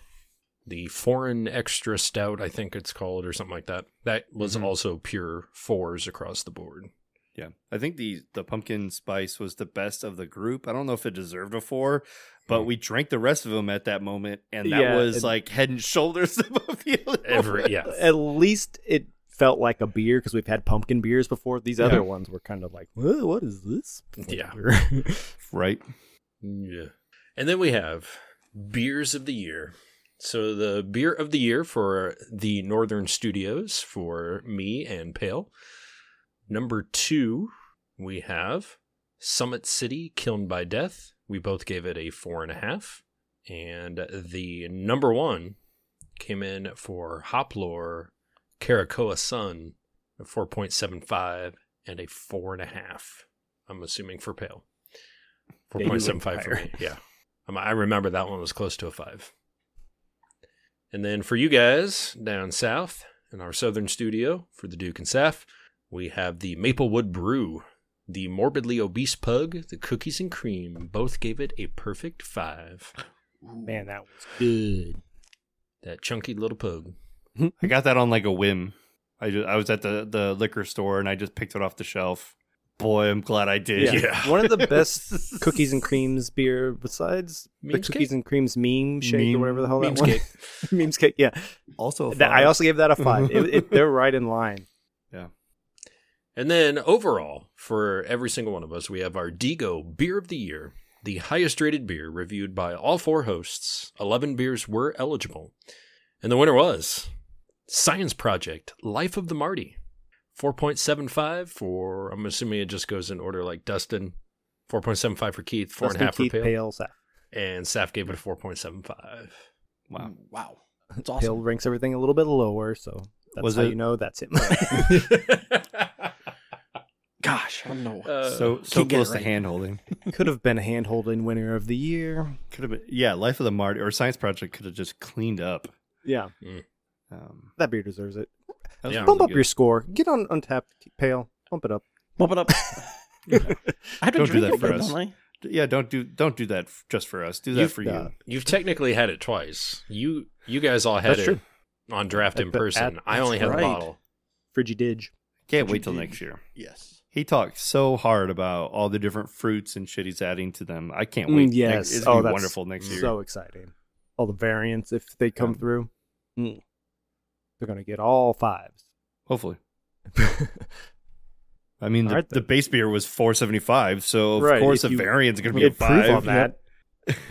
Speaker 4: the foreign extra stout, I think it's called, or something like that. That was
Speaker 2: Mhm.
Speaker 4: also pure fours across the board.
Speaker 2: Yeah. I think the the pumpkin spice was the best of the group. I don't know if it deserved a 4, but we drank the rest of them at that moment and that
Speaker 3: Hmm. Yeah,
Speaker 2: was
Speaker 3: and-
Speaker 2: like head and shoulders above the other
Speaker 4: Every
Speaker 2: one.
Speaker 4: yeah.
Speaker 3: At least it felt like a beer because we've had pumpkin beers before. These other ones were kind of like, "Whoa, what is this?
Speaker 4: Yeah.
Speaker 3: flavor?"
Speaker 2: Right.
Speaker 4: Yeah. And then we have beers of the year. So the beer of the year for the Northern Studios for me and Pale. Number two, we have Summit City Kilned by Death. We both gave it a four and a half. And the number one came in for Hoplore Caracoa Sun, a 4.75 and a four and a half. I'm assuming for Pale.
Speaker 3: Yeah, you went
Speaker 4: 4.75 for
Speaker 3: higher.
Speaker 4: me. Yeah. Um, I remember that one was close to a five. And then for you guys down south in our southern studio for the Duke and Saf, we have the Maplewood Brew, the Morbidly Obese Pug, the Cookies and Cream. Both gave it a perfect five.
Speaker 3: Man, that was good.
Speaker 4: That chunky little pug.
Speaker 2: I got that on like a whim. I ju- I was at the the liquor store and I just picked it off the shelf. Boy, I'm glad I did.
Speaker 4: Yeah.
Speaker 3: One of the best cookies and creams beer besides the
Speaker 4: Memes
Speaker 3: cookies
Speaker 4: cake?
Speaker 3: and creams meme shake or
Speaker 2: Meme-
Speaker 3: whatever the hell that
Speaker 4: Memes
Speaker 3: one.
Speaker 4: cake.
Speaker 3: memes cake, yeah.
Speaker 2: Also,
Speaker 3: That, I also gave that a five. it, it, they're right in line.
Speaker 4: And then overall, for every single one of us, we have our Digo Beer of the Year, the highest rated beer reviewed by all four hosts. 11 beers were eligible. And the winner was Science Project Life of the Marty. 4.75 for, I'm assuming it just goes in order like Dustin. 4.75 for Keith, Four and a half
Speaker 3: Keith,
Speaker 4: for Pale.
Speaker 3: Pale, Saf.
Speaker 4: And Saf gave it a 4.75.
Speaker 2: wow.
Speaker 5: Mm, Wow. That's
Speaker 3: Pale
Speaker 5: awesome.
Speaker 3: ranks everything a little bit lower, so that's
Speaker 2: Was
Speaker 3: how
Speaker 2: it-
Speaker 3: you know that's him.
Speaker 5: Gosh, I don't know.
Speaker 4: Uh,
Speaker 2: So so
Speaker 5: Can't get it
Speaker 2: close to
Speaker 5: right.
Speaker 2: hand holding.
Speaker 3: Could have been a hand holding winner of the year.
Speaker 2: Could have been yeah. Life of the Marty or Science Project could have just cleaned up.
Speaker 3: Yeah,
Speaker 2: Um,
Speaker 3: that beer deserves it.
Speaker 2: that was
Speaker 4: Yeah.
Speaker 3: Bump
Speaker 2: really
Speaker 3: up your
Speaker 2: good.
Speaker 3: score. Get on Untapped Pale. Bump it up.
Speaker 5: Bump it up. I had to
Speaker 2: Don't do
Speaker 5: drink
Speaker 2: that
Speaker 5: it,
Speaker 2: for
Speaker 5: though,
Speaker 2: us.
Speaker 5: don't I?
Speaker 2: yeah. Don't do don't do that f- just for us. Do that
Speaker 4: You-
Speaker 2: for
Speaker 3: uh,
Speaker 2: you.
Speaker 4: You've technically had it twice. You you guys all had
Speaker 3: That's
Speaker 4: it
Speaker 3: true.
Speaker 4: on draft
Speaker 3: At
Speaker 4: in
Speaker 3: the-
Speaker 4: person.
Speaker 3: at-
Speaker 4: I only had
Speaker 5: right.
Speaker 4: the bottle.
Speaker 3: Friggy Didge.
Speaker 2: Can't
Speaker 5: what
Speaker 2: wait
Speaker 5: you
Speaker 2: till
Speaker 5: did.
Speaker 2: next year.
Speaker 5: Yes.
Speaker 2: He talks so hard about all the different fruits and shit he's adding to them. I can't wait.
Speaker 3: Mm, yes.
Speaker 2: Next, it's
Speaker 3: Oh,
Speaker 2: gonna be
Speaker 3: that's
Speaker 2: wonderful next year.
Speaker 3: So exciting. All the variants if they come
Speaker 4: Hmm.
Speaker 2: Yeah.
Speaker 3: through. They're going to get all fives.
Speaker 2: Hopefully. I mean, the,
Speaker 3: All right,
Speaker 2: the base beer was 475, so of
Speaker 3: Right,
Speaker 2: course
Speaker 3: if
Speaker 2: a
Speaker 3: you-
Speaker 2: variant's going to
Speaker 3: We
Speaker 2: be a
Speaker 3: get proof on
Speaker 2: five.
Speaker 3: that.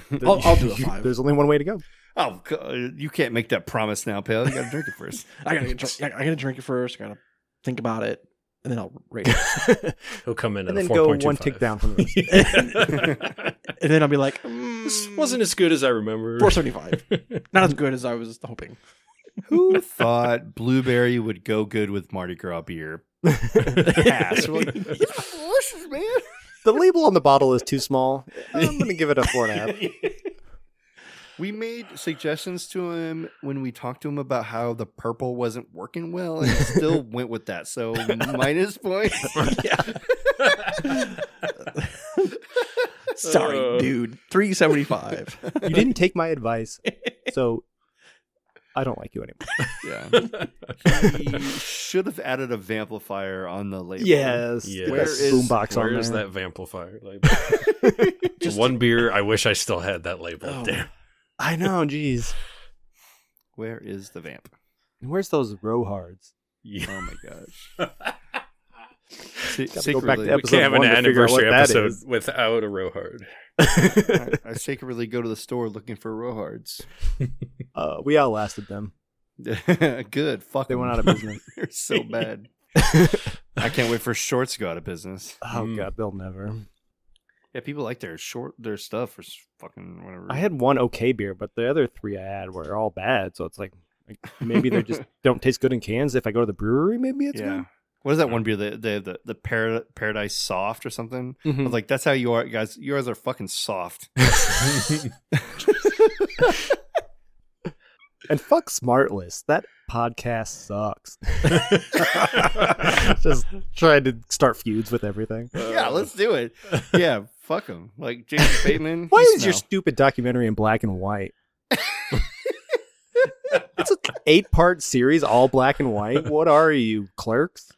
Speaker 3: then
Speaker 5: I'll- I'll do a
Speaker 3: you-
Speaker 5: five.
Speaker 3: There's only one way to go.
Speaker 2: Oh, God, you can't make that promise now, pal. You got to drink it first.
Speaker 5: I gotta get, dr- I gotta drink it first. I gotta think about it, and then I'll rate it.
Speaker 4: He'll come in
Speaker 3: And
Speaker 4: at
Speaker 3: then
Speaker 4: a
Speaker 3: go
Speaker 4: 4.25.
Speaker 3: one tick down from the rest.
Speaker 5: and then I'll be like, "Mm,
Speaker 4: this wasn't as good as I remember.
Speaker 5: four seventy five. Not as good as I was hoping.
Speaker 2: Who thought blueberry would go good with Mardi Gras beer? Pass. We're like, yeah, delicious, man.
Speaker 3: the label on the bottle is too small. I'm going to give it a four and a half.
Speaker 2: We made suggestions to him when we talked to him about how the purple wasn't working well, and he still went with that. So minus point.
Speaker 5: Sorry,
Speaker 4: Uh.
Speaker 5: dude. Three seventy five.
Speaker 3: You didn't take my advice, so I don't like you anymore.
Speaker 2: yeah, he should have added a vamplifier on the label.
Speaker 4: Yes.
Speaker 3: Where
Speaker 4: Where
Speaker 3: is
Speaker 4: is-
Speaker 3: boombox on
Speaker 4: Where's
Speaker 3: there.
Speaker 4: that vamplifier label? one beer. I wish I still had that label.
Speaker 5: Oh.
Speaker 4: Damn.
Speaker 3: I know. Jeez,
Speaker 2: where is the vamp?
Speaker 3: where's those rohards?
Speaker 4: Yeah.
Speaker 2: Oh my gosh. Se-
Speaker 3: Gotta go back to
Speaker 2: secretly-
Speaker 4: We can't have
Speaker 3: one
Speaker 4: an
Speaker 3: to figure out what
Speaker 4: anniversary
Speaker 3: that
Speaker 4: episode
Speaker 3: is.
Speaker 4: without a Rohard.
Speaker 2: I, I secretly go to the store looking for Rohards.
Speaker 3: Uh, we outlasted them.
Speaker 2: Good. Fuck.
Speaker 3: They went
Speaker 2: 'em.
Speaker 3: out of business.
Speaker 2: They're so bad. I can't wait for shorts to go out of business.
Speaker 3: Oh
Speaker 4: Mm.
Speaker 3: god, they'll never.
Speaker 2: Yeah, people like their short their stuff for s- fucking whatever.
Speaker 3: I had one okay beer, but the other three I had were all bad. So it's like, like, maybe they just don't taste good in cans. If I go to the brewery, maybe it's
Speaker 2: yeah. What is that one beer? The the the, the Para- Paradise Soft or something.
Speaker 3: good.
Speaker 2: I was like, that's how you are, guys. Yours are fucking soft.
Speaker 3: And fuck Smartless. That podcast sucks.
Speaker 4: Uh,
Speaker 3: just trying to start feuds with everything.
Speaker 2: yeah, let's do it. Yeah, fuck them. Like James Bateman.
Speaker 3: Why
Speaker 2: you
Speaker 3: is your
Speaker 2: smell.
Speaker 3: stupid documentary in black and white? it's an eight part series, all black and white. What are you, clerks?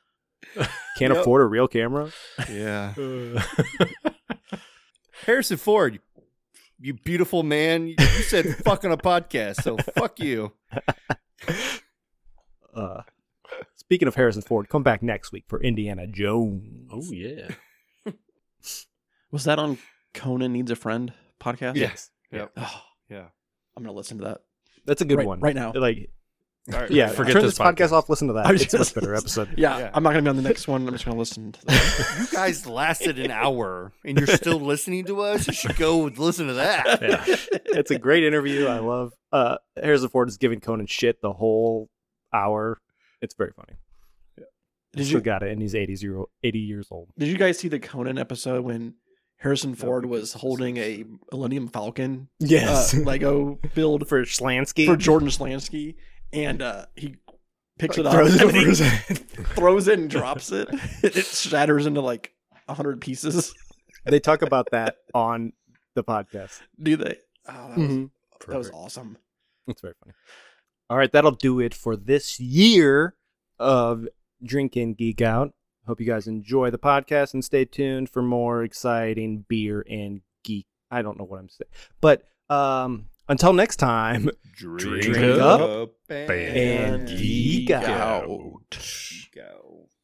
Speaker 3: Can't
Speaker 2: Yep.
Speaker 3: afford a real camera?
Speaker 2: yeah Harrison Ford? You beautiful man. You said fuck on a podcast, so fuck you.
Speaker 3: Uh, speaking of Harrison Ford, come back next week for Indiana Jones.
Speaker 4: oh yeah.
Speaker 5: Was that on Conan Needs a Friend podcast?
Speaker 2: Yeah.
Speaker 3: Yes.
Speaker 2: Yep.
Speaker 5: Oh,
Speaker 2: Yeah.
Speaker 5: I'm gonna listen to that
Speaker 3: That's a good
Speaker 5: right,
Speaker 3: one.
Speaker 5: right now.
Speaker 3: Like,
Speaker 2: All right.
Speaker 3: yeah,
Speaker 4: Forget
Speaker 3: turn
Speaker 4: this
Speaker 3: this podcast. off, listen to that.
Speaker 5: I
Speaker 3: It's a much
Speaker 5: just-
Speaker 3: better episode.
Speaker 5: Yeah,
Speaker 2: Yeah.
Speaker 5: I'm not gonna be on the next one. I'm just gonna listen. To that.
Speaker 2: you guys lasted an hour and you're still listening to us. You should go listen to that.
Speaker 4: Yeah.
Speaker 3: it's a great interview. I love uh Harrison Ford is giving Conan shit the whole hour. It's very funny.
Speaker 5: Did
Speaker 3: Still
Speaker 5: you
Speaker 3: got it, and he's eighty year eighty years old.
Speaker 5: Did you guys see the Conan episode when Harrison Ford
Speaker 2: we
Speaker 5: was
Speaker 2: didn't.
Speaker 5: holding a Millennium Falcon
Speaker 3: Yes,
Speaker 5: uh, Lego build
Speaker 3: for Slansky.
Speaker 5: for Jordan Slansky, and uh, he picks it up,
Speaker 3: throws it
Speaker 5: and
Speaker 3: over
Speaker 5: he
Speaker 3: his
Speaker 5: throws it, and drops it. It shatters into like a hundred pieces.
Speaker 3: they talk about that on the podcast.
Speaker 5: Do they? Oh, that, was,
Speaker 3: Mhm.
Speaker 5: that was awesome.
Speaker 3: It's very funny. All right, that'll do it for this year of Drink and Geek Out. Hope you guys enjoy the podcast and stay tuned for more exciting beer and geek. I don't know what I'm saying, but um, until next time,
Speaker 4: Drink
Speaker 3: up
Speaker 2: and,
Speaker 3: and geek out.
Speaker 2: go.